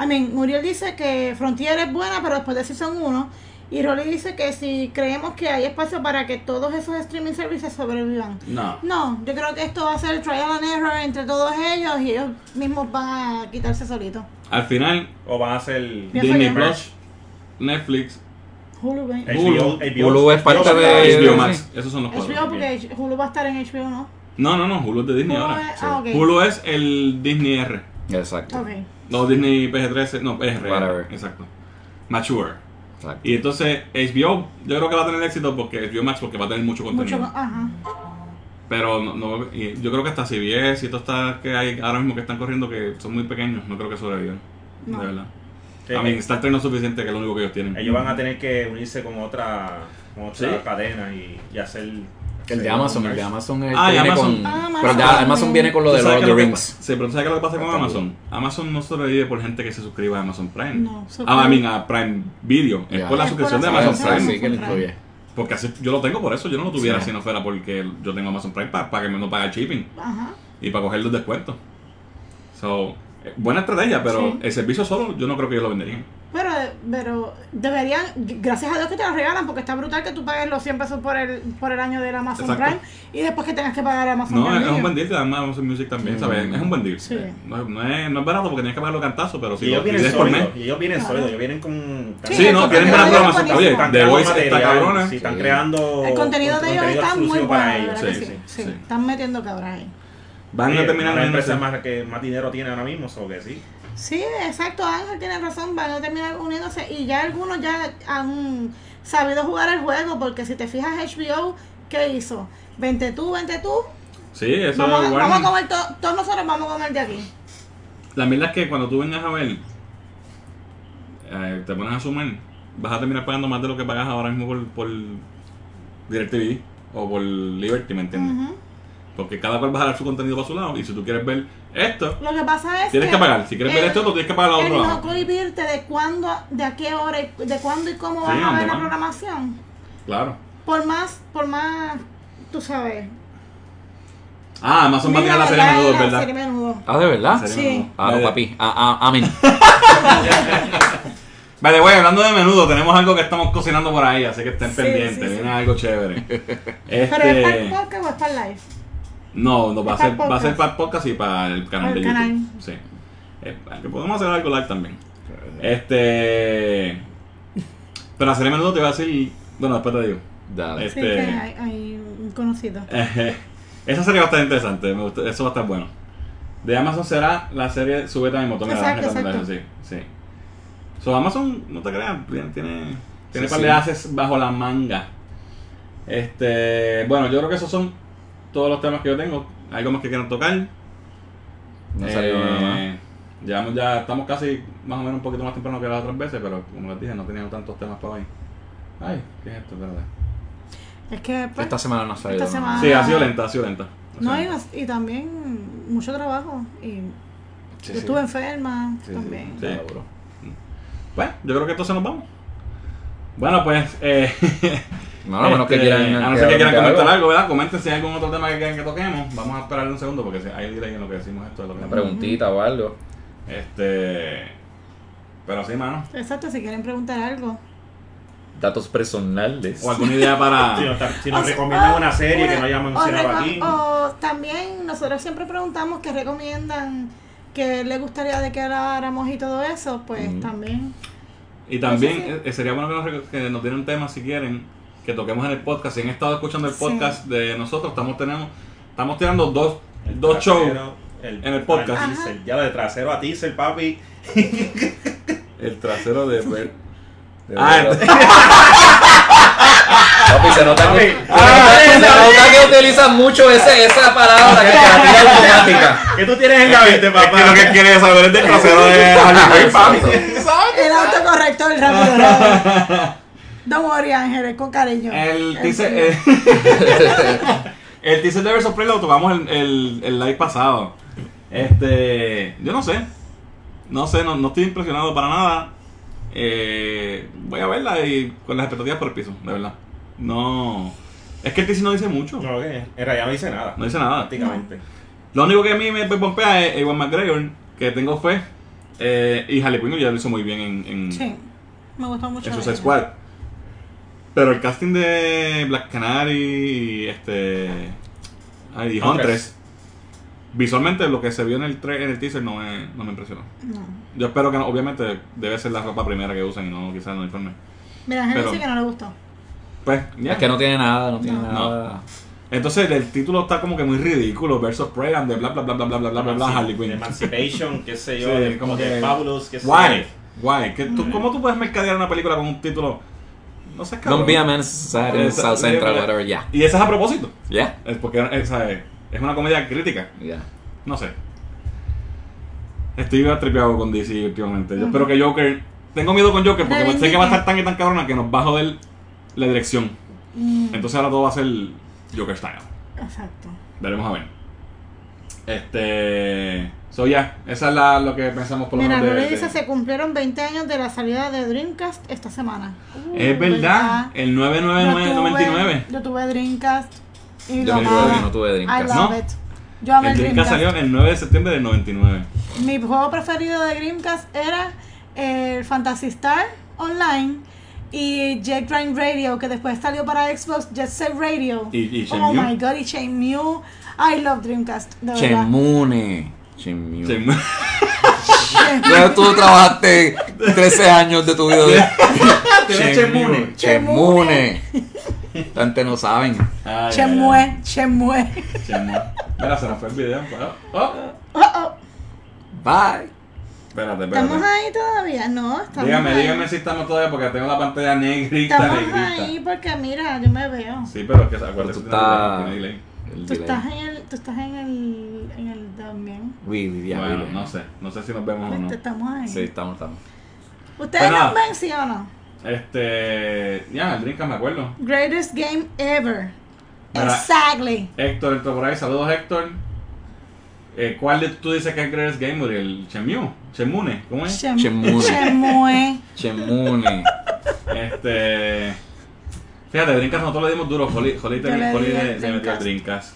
[SPEAKER 2] I mean, Muriel dice que Frontier es buena, pero después de Season 1. Y Rolly dice que si creemos que hay espacio para que todos esos streaming services sobrevivan.
[SPEAKER 1] no.
[SPEAKER 2] No, yo creo que esto va a ser trial and error entre todos ellos y ellos mismos van a quitarse solitos.
[SPEAKER 1] Al final,
[SPEAKER 4] O van a ser
[SPEAKER 2] Pienso
[SPEAKER 1] Disney
[SPEAKER 2] yo.
[SPEAKER 1] Plus, Netflix,
[SPEAKER 2] Hulu, ¿ven?
[SPEAKER 1] Eh,
[SPEAKER 4] HBO,
[SPEAKER 3] Hulu es parte de-
[SPEAKER 1] HBO Max. Esos son los
[SPEAKER 2] HBO,
[SPEAKER 1] cuatro.
[SPEAKER 2] porque H- Hulu va a estar en HBO, ¿no?
[SPEAKER 1] No, no, no. Hulu es de Disney
[SPEAKER 2] Hulu
[SPEAKER 1] ahora.
[SPEAKER 2] es- ah, ok.
[SPEAKER 1] Hulu es el Disney R.
[SPEAKER 3] Exacto.
[SPEAKER 2] Ok.
[SPEAKER 1] No, Disney PG-13. No, es R.
[SPEAKER 3] Whatever.
[SPEAKER 1] Exacto. Mature.
[SPEAKER 3] Exacto.
[SPEAKER 1] Y entonces HBO, yo creo que va a tener éxito porque HBO Max porque va a tener mucho
[SPEAKER 2] Mucho,
[SPEAKER 1] contenido.
[SPEAKER 2] ajá.
[SPEAKER 1] Pero no, no- y yo creo que hasta CBS y todo está que hay ahora mismo que están corriendo que son muy pequeños, no creo que sobrevivan.
[SPEAKER 2] No.
[SPEAKER 1] De verdad.
[SPEAKER 4] Sí.
[SPEAKER 1] A mí Star Trek no es suficiente, que es lo único que ellos tienen.
[SPEAKER 4] Eh, Ellos van a tener que unirse con otra, con otra
[SPEAKER 1] Sí.
[SPEAKER 4] cadena y, y hacer.
[SPEAKER 3] El de
[SPEAKER 4] hacer
[SPEAKER 3] Amazon,
[SPEAKER 4] un
[SPEAKER 3] el de Amazon es-
[SPEAKER 1] Ah, y
[SPEAKER 3] viene
[SPEAKER 1] Amazon.
[SPEAKER 3] con.
[SPEAKER 2] Ah,
[SPEAKER 3] pero el de
[SPEAKER 2] Amazon.
[SPEAKER 3] Amazon viene con lo
[SPEAKER 1] ¿Tú
[SPEAKER 3] de
[SPEAKER 1] sabes
[SPEAKER 3] Lord
[SPEAKER 1] qué
[SPEAKER 3] of
[SPEAKER 1] es
[SPEAKER 3] the
[SPEAKER 1] lo que
[SPEAKER 3] Rings.
[SPEAKER 1] pa- Sí, pero ¿tú ¿sabes qué es lo que pasa con
[SPEAKER 3] Está
[SPEAKER 1] Amazon? Amazon no sobrevive por gente que se suscriba a Amazon Prime.
[SPEAKER 2] No, so-
[SPEAKER 1] Ah, I mean, a Prime Video. Es
[SPEAKER 3] Ya.
[SPEAKER 1] por la
[SPEAKER 2] Es por
[SPEAKER 1] suscripción de
[SPEAKER 2] la
[SPEAKER 1] Amazon
[SPEAKER 2] suscripción.
[SPEAKER 1] Prime.
[SPEAKER 3] Sí, que le incluye.
[SPEAKER 1] Porque así, yo lo tengo por eso. Yo no lo tuviera
[SPEAKER 3] Sí.
[SPEAKER 1] si no fuera porque yo tengo Amazon Prime para, que me no pague el shipping
[SPEAKER 2] Ajá.
[SPEAKER 1] y para coger los descuentos. So, eh, buena estrategia, pero
[SPEAKER 2] Sí.
[SPEAKER 1] el servicio solo yo no creo que ellos lo venderían.
[SPEAKER 2] Pero, pero deberían, gracias a Dios que te lo regalan, porque está brutal que tú pagues los 100 pesos por el, por el año del Amazon
[SPEAKER 1] Exacto.
[SPEAKER 2] Prime y después que tengas que pagar Amazon
[SPEAKER 1] No,
[SPEAKER 2] Prime
[SPEAKER 1] es, es un
[SPEAKER 2] Video.
[SPEAKER 1] buen deal, te dan Amazon Music también,
[SPEAKER 3] Mm.
[SPEAKER 1] ¿sabes? Es un buen deal.
[SPEAKER 2] Sí.
[SPEAKER 1] Eh, No, no es, no es barato porque tienes que pagarlo cantazo, pero si
[SPEAKER 4] Y ellos
[SPEAKER 1] lo
[SPEAKER 4] vienen
[SPEAKER 1] pides por mes.
[SPEAKER 4] sólidos. Y ellos vienen
[SPEAKER 2] Claro.
[SPEAKER 4] sólidos. Ellos vienen con.
[SPEAKER 1] Sí, no,
[SPEAKER 2] Sí, el
[SPEAKER 1] tienen
[SPEAKER 2] contenido
[SPEAKER 1] buena
[SPEAKER 2] de ellos
[SPEAKER 1] programación.
[SPEAKER 2] buenísimo.
[SPEAKER 1] Oye,
[SPEAKER 2] Están
[SPEAKER 1] The
[SPEAKER 4] creando
[SPEAKER 1] Voice está
[SPEAKER 4] material,
[SPEAKER 1] cabrona.
[SPEAKER 4] Sí, están
[SPEAKER 3] Sí.
[SPEAKER 4] creando.
[SPEAKER 2] El contenido de ellos
[SPEAKER 4] contenido
[SPEAKER 2] está muy bueno,
[SPEAKER 4] exclusivo para
[SPEAKER 2] de
[SPEAKER 4] ellos.
[SPEAKER 2] ¿verdad que sí,
[SPEAKER 1] Sí,
[SPEAKER 2] sí,
[SPEAKER 1] sí, sí.
[SPEAKER 2] Están metiendo cabras ahí.
[SPEAKER 1] Van a
[SPEAKER 4] Sí,
[SPEAKER 1] terminar
[SPEAKER 4] la
[SPEAKER 1] uniéndose.
[SPEAKER 4] empresa más que más dinero tiene ahora mismo, so que sí.
[SPEAKER 2] Sí, exacto, Ángel tiene razón, van a terminar uniéndose y ya algunos ya han sabido jugar el juego, porque si te fijas HBO, ¿qué hizo? Vente tú, vente tú,
[SPEAKER 1] Sí, eso
[SPEAKER 2] vamos, a-
[SPEAKER 1] es
[SPEAKER 2] vamos a
[SPEAKER 1] Warner.
[SPEAKER 2] comer, to- todos nosotros vamos a comer de aquí.
[SPEAKER 1] La mierda es que cuando tú vengas a ver, eh, te pones a sumar, vas a terminar pagando más de lo que pagas ahora mismo por, por DirecTV o por Liberty, ¿me entiendes? Porque cada cual va a dar su contenido para su lado y si tú quieres ver esto,
[SPEAKER 2] Ujú. Lo que pasa es
[SPEAKER 1] tienes que pagar. Si quieres ver
[SPEAKER 2] el-
[SPEAKER 1] esto, tú tienes que pagar a
[SPEAKER 2] el
[SPEAKER 1] otro
[SPEAKER 2] no
[SPEAKER 1] lado.
[SPEAKER 2] cohibirte de cuándo, de a qué hora, y, de cuándo y cómo
[SPEAKER 1] Sí,
[SPEAKER 2] van a
[SPEAKER 1] ¿dónde
[SPEAKER 2] ver la
[SPEAKER 1] van?
[SPEAKER 2] programación.
[SPEAKER 1] Claro.
[SPEAKER 2] Por más, por más, tú sabes.
[SPEAKER 1] Ah, Amazon va a
[SPEAKER 2] Mira,
[SPEAKER 1] tirar la serie menudo,
[SPEAKER 2] la
[SPEAKER 1] ¿verdad?
[SPEAKER 2] serie menudo.
[SPEAKER 3] Ah, de verdad.
[SPEAKER 1] La serie
[SPEAKER 2] Sí.
[SPEAKER 1] Menudo.
[SPEAKER 3] Ah, no,
[SPEAKER 1] Vale.
[SPEAKER 3] papi. Ah, ah, amén.
[SPEAKER 1] Vale, güey, hablando de menudo, tenemos algo que estamos cocinando por ahí, así que estén
[SPEAKER 2] Sí,
[SPEAKER 1] pendientes,
[SPEAKER 2] sí, sí.
[SPEAKER 1] viene algo chévere.
[SPEAKER 2] *laughs* Pero es para el
[SPEAKER 1] Este,
[SPEAKER 2] podcast o es para el live.
[SPEAKER 1] no, no va a
[SPEAKER 2] es para
[SPEAKER 1] ser, va a ser
[SPEAKER 2] podcast.
[SPEAKER 1] para el podcast y para el canal
[SPEAKER 2] Para
[SPEAKER 1] de
[SPEAKER 2] el
[SPEAKER 1] YouTube.
[SPEAKER 2] canal.
[SPEAKER 1] Sí. Eh, que podemos hacer algo live también. Este, pero hacer menudo te voy a decir, bueno, después te digo. *laughs*
[SPEAKER 3] Dale.
[SPEAKER 1] Es-
[SPEAKER 2] Sí, que
[SPEAKER 1] Este-
[SPEAKER 2] hay, hay un conocido.
[SPEAKER 1] Eh, esa serie va a estar interesante, me gusta- eso va a estar bueno. De Amazon será la serie Súbete a mi motor. mira,
[SPEAKER 2] Exacto,
[SPEAKER 1] déjame
[SPEAKER 2] exacto.
[SPEAKER 1] recomendar eso, Sí, sí. So, Amazon, no te creas, tiene, tiene, tiene
[SPEAKER 3] Sí,
[SPEAKER 1] par
[SPEAKER 3] sí.
[SPEAKER 1] de haces bajo la manga. Este, bueno, yo creo que esos son todos los temas que yo tengo. ¿Algo más que quieran tocar?
[SPEAKER 3] No salió
[SPEAKER 1] Eh,
[SPEAKER 3] nada más.
[SPEAKER 1] Llegamos ya, estamos casi más o menos un poquito más temprano que las otras veces, pero como les dije, no teníamos tantos temas para hoy. Ay, ¿qué es esto? Espérate.
[SPEAKER 2] Es que pues,
[SPEAKER 3] Esta semana no ha salido
[SPEAKER 2] esta
[SPEAKER 3] nada. más.
[SPEAKER 1] Sí,
[SPEAKER 2] Ah.
[SPEAKER 1] ha sido lenta, ha sido lenta. Ha sido
[SPEAKER 2] no, y,
[SPEAKER 1] lenta.
[SPEAKER 2] y también mucho trabajo. Y
[SPEAKER 3] Sí,
[SPEAKER 2] yo
[SPEAKER 3] sí.
[SPEAKER 2] estuve enferma
[SPEAKER 3] Sí, sí,
[SPEAKER 2] también.
[SPEAKER 1] Sí.
[SPEAKER 3] claro, bro.
[SPEAKER 1] Bueno, pues, yo creo que entonces nos vamos. Bueno, pues. Eh,
[SPEAKER 3] Ah, No, no, menos
[SPEAKER 1] *laughs*
[SPEAKER 3] que
[SPEAKER 1] este,
[SPEAKER 3] quieran.
[SPEAKER 1] a no ser que quieran
[SPEAKER 3] algo.
[SPEAKER 1] comentar algo, ¿verdad? Comenten si hay algún otro tema que quieran que toquemos. Vamos a esperar un segundo porque si hay delay en lo que decimos esto. Es lo que
[SPEAKER 3] Una preguntita o algo.
[SPEAKER 1] Este. Pero sí, mano.
[SPEAKER 2] Exacto, si quieren preguntar algo.
[SPEAKER 3] Datos personales. *laughs*
[SPEAKER 1] O alguna idea
[SPEAKER 4] Si nos,
[SPEAKER 1] para.
[SPEAKER 4] ta- si nos
[SPEAKER 2] O sea,
[SPEAKER 4] recomiendan
[SPEAKER 2] o-
[SPEAKER 4] una serie
[SPEAKER 2] una-
[SPEAKER 4] que no hayamos
[SPEAKER 2] o
[SPEAKER 4] mencionado
[SPEAKER 2] reco-
[SPEAKER 4] aquí.
[SPEAKER 2] O también nosotros siempre preguntamos qué recomiendan, qué les gustaría de que habláramos y todo eso, pues
[SPEAKER 3] Ujú.
[SPEAKER 2] también.
[SPEAKER 1] Y también
[SPEAKER 2] Sí, sí, sí.
[SPEAKER 1] eh, sería bueno que nos, rec- que nos dieran temas si quieren que toquemos en el podcast. Si han estado escuchando el
[SPEAKER 2] Sí.
[SPEAKER 1] podcast de nosotros, estamos, tenemos, estamos tirando dos,
[SPEAKER 4] El
[SPEAKER 1] dos shows.
[SPEAKER 4] trasero,
[SPEAKER 1] en el podcast.
[SPEAKER 4] a Teaser, ya de trasero a teaser, papi.
[SPEAKER 1] El trasero *laughs* de. Bert-
[SPEAKER 3] De
[SPEAKER 1] Ah,
[SPEAKER 3] verdad.
[SPEAKER 1] el- *laughs*
[SPEAKER 3] Papi, Ah, se nota que,
[SPEAKER 4] Papi.
[SPEAKER 3] se nota- se nota que utilizan mucho ese, esa palabra que para *laughs* ti es automática.
[SPEAKER 4] ¿Qué tú tienes en la mente, papá?
[SPEAKER 1] Es que lo que quiere saber
[SPEAKER 4] *laughs*
[SPEAKER 1] es del trasero
[SPEAKER 3] Eh,
[SPEAKER 1] de
[SPEAKER 3] *laughs*
[SPEAKER 1] Harley Quinn, papi.
[SPEAKER 2] El autocorrector el rápido. rápido. Don't worry, Ángeles, con cariño. *laughs*
[SPEAKER 1] Él
[SPEAKER 2] El
[SPEAKER 1] dice,
[SPEAKER 2] señor.
[SPEAKER 1] eh, El teaser de Versus Play lo tocamos el, el, el live pasado. Este. Yo no sé. No sé, no, no estoy impresionado para nada. Eh, voy a verla y con las expectativas por el piso, de verdad. No. Es que el teaser no dice mucho.
[SPEAKER 4] No, que en realidad no dice nada.
[SPEAKER 1] No dice nada.
[SPEAKER 4] Prácticamente.
[SPEAKER 1] Lo único que a mí me me pompea es Ewan McGregor, que tengo fe. Eh, y Harley Quinn ya lo hizo muy bien en, en,
[SPEAKER 2] Sí, me gustó mucho.
[SPEAKER 1] en
[SPEAKER 2] eso.
[SPEAKER 1] Suicide Squad. Pero el casting de Black Canary y este. Ay, y Huntress.
[SPEAKER 4] Huntress.
[SPEAKER 1] Visualmente lo que se vio en el, tra- en el teaser no me, no me impresionó.
[SPEAKER 2] No.
[SPEAKER 1] Yo espero que, no- obviamente, debe ser la ropa primera que usan y no quizás el uniforme.
[SPEAKER 2] Mira, Ángel
[SPEAKER 1] Pero-
[SPEAKER 2] dice que no le gustó.
[SPEAKER 1] Pues, ya.
[SPEAKER 3] Es que no tiene nada, no tiene
[SPEAKER 2] No.
[SPEAKER 3] nada.
[SPEAKER 1] Entonces, el título está como que muy ridículo: Versus Prey and the bla bla bla bla bla bla bla bla, bla
[SPEAKER 3] Ah,
[SPEAKER 4] Emanci-
[SPEAKER 1] Harley Quinn.
[SPEAKER 4] Emancipation, qué sé yo,
[SPEAKER 1] Sí,
[SPEAKER 4] de,
[SPEAKER 1] como
[SPEAKER 4] como
[SPEAKER 1] que-
[SPEAKER 4] de Fabulous, qué sé
[SPEAKER 1] Guay,
[SPEAKER 4] yo.
[SPEAKER 1] guay. que tú- ¿Cómo tú puedes mercadear una película con un título? No sé, cabrón.
[SPEAKER 3] Don't be a man sad in
[SPEAKER 1] Esa-
[SPEAKER 3] South Central,
[SPEAKER 1] sí,
[SPEAKER 3] whatever, ya.
[SPEAKER 1] Y esa es a propósito.
[SPEAKER 3] Ya,
[SPEAKER 1] Es porque es, ¿sabes? es una comedia crítica.
[SPEAKER 3] ya.
[SPEAKER 1] No sé. Estoy tripeado con DC últimamente. Yo espero que Joker. Tengo miedo con Joker porque sé que va a estar tan y tan cabrona que nos va a joder la dirección.
[SPEAKER 2] Mm,
[SPEAKER 1] Entonces ahora todo va a ser Joker style.
[SPEAKER 2] Exacto.
[SPEAKER 1] Veremos a ver. Este. So ya, esa es la, lo que pensamos por lo
[SPEAKER 2] Mira,
[SPEAKER 1] menos. de- este.
[SPEAKER 2] Lore
[SPEAKER 1] de-
[SPEAKER 2] dice se cumplieron 20 años de la salida de Dreamcast esta semana. Uh,
[SPEAKER 1] Es verdad, el
[SPEAKER 2] Yo tuve-
[SPEAKER 1] 99999.
[SPEAKER 2] Yo tuve Dreamcast y
[SPEAKER 3] Yo
[SPEAKER 2] lo
[SPEAKER 3] no
[SPEAKER 2] amaba.
[SPEAKER 3] tuve, no tuve Dreamcast.
[SPEAKER 2] I love
[SPEAKER 1] No.
[SPEAKER 2] it. Yo amé
[SPEAKER 1] El Dreamcast salió el 9 de septiembre del 99.
[SPEAKER 2] Mi juego preferido de Dreamcast era el Fantasy Star Online y Jet Grind Radio, que después salió para Xbox, Jet Set Radio.
[SPEAKER 1] Y- y Shenmue.
[SPEAKER 2] oh my god, y Shenmue. I love Dreamcast, de verdad.
[SPEAKER 3] Chemune. Chemune.
[SPEAKER 1] Sí.
[SPEAKER 3] Pero tú trabajaste 13 años de tu *laughs* vida. de-
[SPEAKER 1] *laughs* Tenía Shenmue.
[SPEAKER 3] Chemune. Antes no saben.
[SPEAKER 1] Ay, ay, ay.
[SPEAKER 2] Shenmue, Shenmue.
[SPEAKER 1] Shenmue. Mira, se nos fue el video. pero- oh,
[SPEAKER 2] Oh, oh.
[SPEAKER 3] Bye.
[SPEAKER 1] Espérate,
[SPEAKER 2] ¿Estamos
[SPEAKER 1] espérate.
[SPEAKER 2] ahí todavía? No, estamos
[SPEAKER 1] Dígame,
[SPEAKER 2] ahí.
[SPEAKER 1] dígame si estamos todavía porque tengo la pantalla negrita,
[SPEAKER 2] Estamos
[SPEAKER 1] negrita.
[SPEAKER 2] ahí porque mira, yo me veo.
[SPEAKER 1] Sí, pero es que se acuerda.
[SPEAKER 3] Pero tú
[SPEAKER 1] tiene delay,
[SPEAKER 3] estás-
[SPEAKER 1] tiene delay.
[SPEAKER 3] El
[SPEAKER 2] Tú
[SPEAKER 3] delay.
[SPEAKER 2] estás en el, tú estás en el, en el también.
[SPEAKER 3] Uy, uy, ya,
[SPEAKER 1] Bueno,
[SPEAKER 3] uy,
[SPEAKER 1] no sé. No sé si nos vemos o no.
[SPEAKER 2] Viste, Estamos ahí.
[SPEAKER 3] Sí, estamos, estamos.
[SPEAKER 2] ¿Ustedes
[SPEAKER 1] Pues nada.
[SPEAKER 2] nos ven, sí o no?
[SPEAKER 1] Este. Ya, el Dreamcast me acuerdo.
[SPEAKER 2] Greatest game ever.
[SPEAKER 1] Mira.
[SPEAKER 2] Exactly.
[SPEAKER 1] Héctor entró por ahí. Saludos, Héctor. Eh, ¿Cuál de tú dices que es Greatest Gamer? ¿El Chemune? ¿Chemune? ¿Cómo es?
[SPEAKER 2] Shem-
[SPEAKER 1] *laughs*
[SPEAKER 3] Shenmue.
[SPEAKER 2] Shenmue.
[SPEAKER 3] Chemune.
[SPEAKER 1] Este. Fíjate, Dreamcast nosotros le dimos duro. Holly, Holly,
[SPEAKER 2] Yo le
[SPEAKER 1] Holly
[SPEAKER 2] di
[SPEAKER 1] le,
[SPEAKER 2] al
[SPEAKER 1] le metió al
[SPEAKER 2] Dreamcast.
[SPEAKER 1] Dreamcast.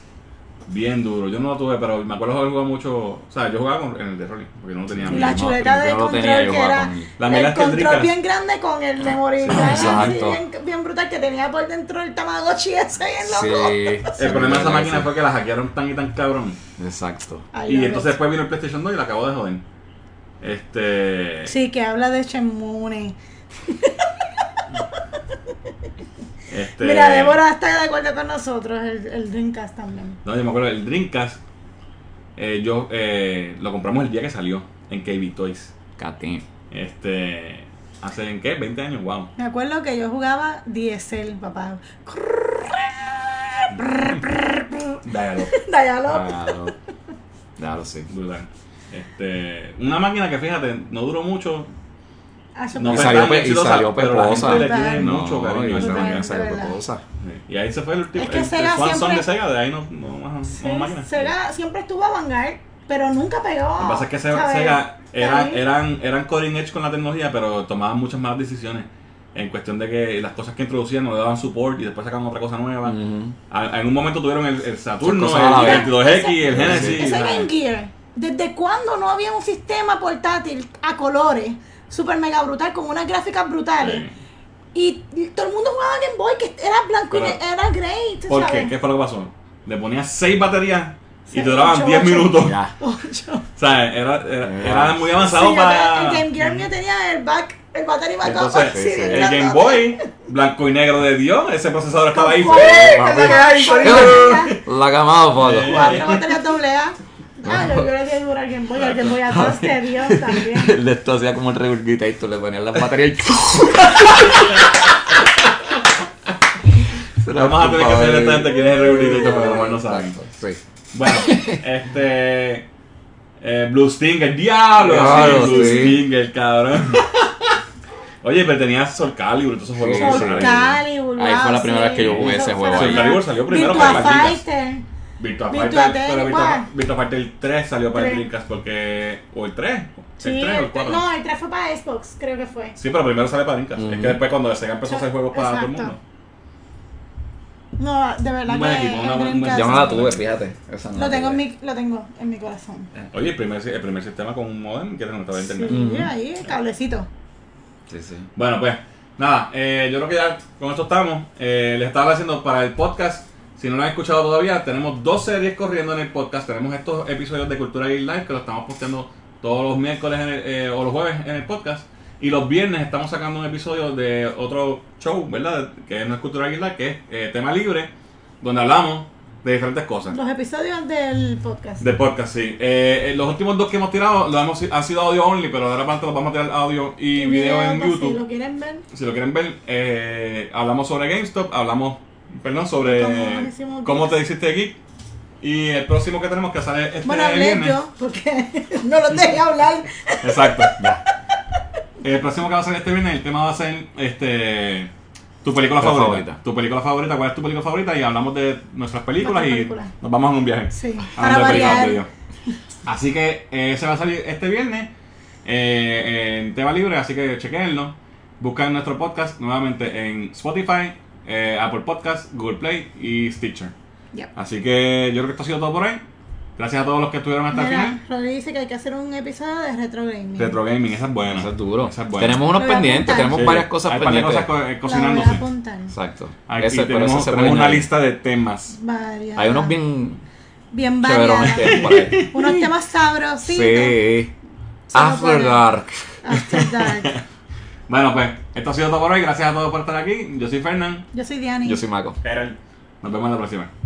[SPEAKER 1] Bien duro. Yo no lo tuve, pero me acuerdo que jugaba mucho. O sea, yo jugaba con, en el de Rolly, porque no lo tenía.
[SPEAKER 2] La
[SPEAKER 1] mío.
[SPEAKER 2] chuleta de
[SPEAKER 3] Yo no
[SPEAKER 2] control
[SPEAKER 3] tenía, yo
[SPEAKER 2] que
[SPEAKER 3] jugaba
[SPEAKER 2] era
[SPEAKER 3] con él.
[SPEAKER 1] La mela
[SPEAKER 2] el
[SPEAKER 1] es que el
[SPEAKER 2] control
[SPEAKER 1] Dreamcast-
[SPEAKER 2] bien grande con el memory card así,
[SPEAKER 3] Exacto.
[SPEAKER 2] bien, bien brutal que tenía por dentro el Tamagotchi ese bien loco.
[SPEAKER 3] Sí.
[SPEAKER 1] El problema de esa máquina fue que la hackearon tan y tan cabrón.
[SPEAKER 3] Exacto.
[SPEAKER 2] I
[SPEAKER 1] Y
[SPEAKER 2] love
[SPEAKER 1] entonces
[SPEAKER 2] it.
[SPEAKER 1] después vino el PlayStation 2 y la acabó de joder. Este.
[SPEAKER 2] Sí, que habla de Shenmue.
[SPEAKER 1] este
[SPEAKER 2] Mira, Débora está de acuerdo con nosotros, el, el Dreamcast también.
[SPEAKER 1] No, yo me acuerdo, el Dreamcast. eh, yo eh, lo compramos el día que salió en KB Toys.
[SPEAKER 3] Catín.
[SPEAKER 1] Este. ¿Hace en qué? 20 años, wow.
[SPEAKER 2] Me acuerdo que yo jugaba Diesel, papá. *laughs*
[SPEAKER 1] Dialog. Ah.
[SPEAKER 2] Dialog.
[SPEAKER 3] Claro. Claro, sí.
[SPEAKER 1] Brutal. Este, una máquina que fíjate, no duró mucho.
[SPEAKER 2] Ah, eso
[SPEAKER 1] No
[SPEAKER 3] y
[SPEAKER 2] fue-
[SPEAKER 1] fue
[SPEAKER 3] salió,
[SPEAKER 1] tan
[SPEAKER 3] pe- y
[SPEAKER 1] exitosa,
[SPEAKER 3] salió
[SPEAKER 1] pero la
[SPEAKER 3] peposa.
[SPEAKER 1] gente le tiene
[SPEAKER 2] Brutal.
[SPEAKER 1] mucho cariño. a
[SPEAKER 3] y
[SPEAKER 1] esa
[SPEAKER 2] Brutal.
[SPEAKER 1] máquina.
[SPEAKER 3] esa
[SPEAKER 2] de verdad.
[SPEAKER 3] cosa.
[SPEAKER 1] Y ahí se fue el último.
[SPEAKER 2] Es que
[SPEAKER 1] el,
[SPEAKER 2] Sega
[SPEAKER 1] el Swan Song
[SPEAKER 2] siempre-
[SPEAKER 1] de Sega, de ahí no, no más,
[SPEAKER 2] Sí,
[SPEAKER 1] no más máquinas.
[SPEAKER 2] Sega siempre estuvo a Vanguard, pero nunca pegó.
[SPEAKER 1] Lo que pasa es que Se-
[SPEAKER 2] ¿sabes?
[SPEAKER 1] Sega era-
[SPEAKER 2] Ahí.
[SPEAKER 1] eran, eran cutting edge con la tecnología, pero tomaban muchas malas decisiones. En cuestión de que las cosas que introducían no le daban support y después sacaban otra cosa nueva.
[SPEAKER 3] Ujú.
[SPEAKER 1] A- en un momento tuvieron el, el Saturno,
[SPEAKER 3] Mm. Esas cosas a la
[SPEAKER 1] el
[SPEAKER 3] vez.
[SPEAKER 1] 22X, el
[SPEAKER 2] Ese-
[SPEAKER 1] Genesis.
[SPEAKER 2] Ese
[SPEAKER 1] nada.
[SPEAKER 2] Game Gear, ¿desde cuándo no había un sistema portátil a colores, super mega brutal, con unas gráficas brutales?
[SPEAKER 1] Sí.
[SPEAKER 2] Y todo el mundo jugaba Game Boy, que era blanco y
[SPEAKER 1] Pero-
[SPEAKER 2] ne- era grey, tú
[SPEAKER 1] ¿Por qué?
[SPEAKER 2] sabes. *laughs*
[SPEAKER 1] ¿Qué fue lo que pasó? Le ponías 6 baterías y
[SPEAKER 2] Sí,
[SPEAKER 1] te duraban
[SPEAKER 2] ocho,
[SPEAKER 1] 10
[SPEAKER 2] ocho.
[SPEAKER 1] minutos.
[SPEAKER 3] Ya.
[SPEAKER 2] Ocho.
[SPEAKER 1] O sea, era, era,
[SPEAKER 3] Ya.
[SPEAKER 1] era muy
[SPEAKER 2] Sí,
[SPEAKER 1] avanzado
[SPEAKER 2] yo
[SPEAKER 1] para.
[SPEAKER 2] tenía- el Game Gear mío tenía el back, el battery back
[SPEAKER 1] Entonces,
[SPEAKER 2] sí, bien
[SPEAKER 1] el Game
[SPEAKER 2] grandote.
[SPEAKER 1] Boy, blanco y negro de Dios, ese procesador estaba ahí.
[SPEAKER 2] Con cuatro,
[SPEAKER 1] ¿Qué
[SPEAKER 3] *laughs*
[SPEAKER 1] hay? *laughs*
[SPEAKER 2] con
[SPEAKER 1] Sonido?
[SPEAKER 2] cuatro,
[SPEAKER 3] La camada foto.
[SPEAKER 2] Cuatro baterías doble A. Ah, yo, yo le di duro al Game Boy, al Game Boy Advance de Dios
[SPEAKER 1] *laughs*
[SPEAKER 2] también.
[SPEAKER 3] El de esto hacía como el regurgitator, le ponían las baterías *laughs* y. Se la
[SPEAKER 1] Vamos a tener que
[SPEAKER 3] tumbaba
[SPEAKER 1] hacerle a
[SPEAKER 3] ahí.
[SPEAKER 1] esta gente quién es el regurgitator, porque a lo mejor no saben.
[SPEAKER 3] Exacto, Sí.
[SPEAKER 1] Bueno, este. eh, Blue Stinger, diablo,
[SPEAKER 3] Diablo,
[SPEAKER 1] sí, Blue
[SPEAKER 3] sí.
[SPEAKER 1] Stinger, cabrón. *laughs* Oye, pero tenía Sol Calibur, entonces juegos
[SPEAKER 3] Sí,
[SPEAKER 1] como
[SPEAKER 3] sí.
[SPEAKER 2] Soul Calibur,
[SPEAKER 3] Ahí fue la
[SPEAKER 2] wow,
[SPEAKER 3] primera vez que yo jugué
[SPEAKER 2] sí.
[SPEAKER 3] ese
[SPEAKER 2] Eso
[SPEAKER 3] juego
[SPEAKER 2] fue la-
[SPEAKER 3] ahí.
[SPEAKER 1] Soul Calibur salió primero
[SPEAKER 2] Virtua
[SPEAKER 1] para Dreamcast.
[SPEAKER 2] Fighter.
[SPEAKER 1] Virtua
[SPEAKER 2] Virtua
[SPEAKER 1] Fighter,
[SPEAKER 2] Fighter,
[SPEAKER 1] pero Virtua,
[SPEAKER 2] ¿cuál?
[SPEAKER 1] Virtua Fighter 3 salió para el
[SPEAKER 2] Tres.
[SPEAKER 1] Dreamcast porque... O el 3,
[SPEAKER 2] Sí,
[SPEAKER 1] el 3 o el
[SPEAKER 2] el-
[SPEAKER 1] 4.
[SPEAKER 2] no, el 3 fue para Xbox, creo que fue.
[SPEAKER 1] Sí, pero primero sale para Dreamcast. Es
[SPEAKER 3] Ujú.
[SPEAKER 1] que después cuando Sega empezó a hacer juegos para todo el
[SPEAKER 2] Exacto.
[SPEAKER 1] mundo.
[SPEAKER 2] No, de verdad
[SPEAKER 1] Un buen
[SPEAKER 2] que
[SPEAKER 1] equipo,
[SPEAKER 2] el
[SPEAKER 1] una buena-
[SPEAKER 2] Dreamcast-
[SPEAKER 3] Yo no la tuve, fíjate. Esa no
[SPEAKER 2] lo
[SPEAKER 3] la
[SPEAKER 2] tengo en
[SPEAKER 3] tuve.
[SPEAKER 2] mi, lo tengo en mi corazón.
[SPEAKER 1] Oye, el primer, el primer sistema con un modem que no estaba
[SPEAKER 2] Sí,
[SPEAKER 1] internet.
[SPEAKER 3] Ujú.
[SPEAKER 2] ahí, cablecito.
[SPEAKER 3] Sí, sí.
[SPEAKER 1] Bueno, pues nada, eh, yo creo que ya con esto estamos. Eh, les estaba haciendo para el podcast. Si no lo han escuchado todavía, tenemos dos series corriendo en el podcast. Tenemos estos episodios de Cultura Geek Live que lo estamos posteando todos los miércoles en el- eh, o los jueves en el podcast. Y los viernes estamos sacando un episodio de otro show, ¿verdad? Que no es Cultura Geek Live, que es eh, tema libre, donde hablamos de diferentes cosas.
[SPEAKER 2] Los episodios del podcast.
[SPEAKER 1] De podcast, sí. Eh, eh, los últimos dos que hemos tirado los hemos, han sido audio only, pero de ahora en adelante los vamos a tirar audio y video en
[SPEAKER 2] pues,
[SPEAKER 1] YouTube Este
[SPEAKER 2] Si lo quieren ver,
[SPEAKER 1] si lo quieren ver, eh, hablamos sobre GameStop, hablamos, perdón, sobre
[SPEAKER 2] Cómo nos hicimos geek.
[SPEAKER 1] cómo te hiciste geek. Y el próximo que tenemos que sale este
[SPEAKER 2] bueno, hablé
[SPEAKER 1] viernes.
[SPEAKER 2] yo, porque *laughs* no lo dejé hablar.
[SPEAKER 1] Exacto. El próximo que va a salir este viernes, el tema va a ser este tu película
[SPEAKER 3] Tu
[SPEAKER 1] favorita.
[SPEAKER 3] favorita.
[SPEAKER 1] Tu película favorita, cuál es tu película favorita y hablamos de nuestras películas
[SPEAKER 2] Nuestras
[SPEAKER 1] y
[SPEAKER 2] películas.
[SPEAKER 1] nos vamos en un viaje.
[SPEAKER 2] Sí, para
[SPEAKER 1] Hablando de películas,
[SPEAKER 2] variar.
[SPEAKER 1] Ah, te digo. Así que eh, se va a salir este viernes eh, en tema libre, así que chequenlo. Buscan nuestro podcast nuevamente en Spotify, eh, Apple Podcast, Google Play y Stitcher.
[SPEAKER 2] Yep.
[SPEAKER 1] Así que yo creo que esto ha sido todo por hoy. Gracias a todos los que estuvieron hasta el
[SPEAKER 2] Mira,
[SPEAKER 1] final.
[SPEAKER 2] Rodri dice que hay que hacer un episodio de retro gaming.
[SPEAKER 1] Retro Gaming, esa es buena.
[SPEAKER 3] Eso es duro.
[SPEAKER 1] Esa es buena.
[SPEAKER 3] Tenemos
[SPEAKER 2] Lo
[SPEAKER 3] unos
[SPEAKER 2] voy a
[SPEAKER 3] pendientes,
[SPEAKER 2] apuntar.
[SPEAKER 3] tenemos
[SPEAKER 1] Sí,
[SPEAKER 3] varias cosas
[SPEAKER 1] hay
[SPEAKER 3] pendientes.
[SPEAKER 1] varias cosas co- eh,
[SPEAKER 2] La pues, voy a
[SPEAKER 1] cocinándose.
[SPEAKER 2] apuntar.
[SPEAKER 3] Exacto.
[SPEAKER 1] Aquí
[SPEAKER 3] Ese- pero ese
[SPEAKER 1] tenemos,
[SPEAKER 3] se
[SPEAKER 1] tenemos
[SPEAKER 3] puede
[SPEAKER 1] una
[SPEAKER 3] añadir.
[SPEAKER 1] lista de temas.
[SPEAKER 2] Varias.
[SPEAKER 3] Hay unos bien
[SPEAKER 2] bien variados.
[SPEAKER 3] chéverones que hay por
[SPEAKER 2] *laughs*
[SPEAKER 3] ahí.
[SPEAKER 2] unos temas sabrositos.
[SPEAKER 3] Sí.
[SPEAKER 2] Solo
[SPEAKER 3] After
[SPEAKER 2] para-
[SPEAKER 3] Dark.
[SPEAKER 2] After Dark.
[SPEAKER 1] Bueno, pues esto ha sido todo por hoy. Gracias a todos por estar aquí. Yo soy Fernán.
[SPEAKER 2] Yo soy Diani.
[SPEAKER 3] Yo soy Maco.
[SPEAKER 4] Pero el
[SPEAKER 1] Nos vemos en la próxima.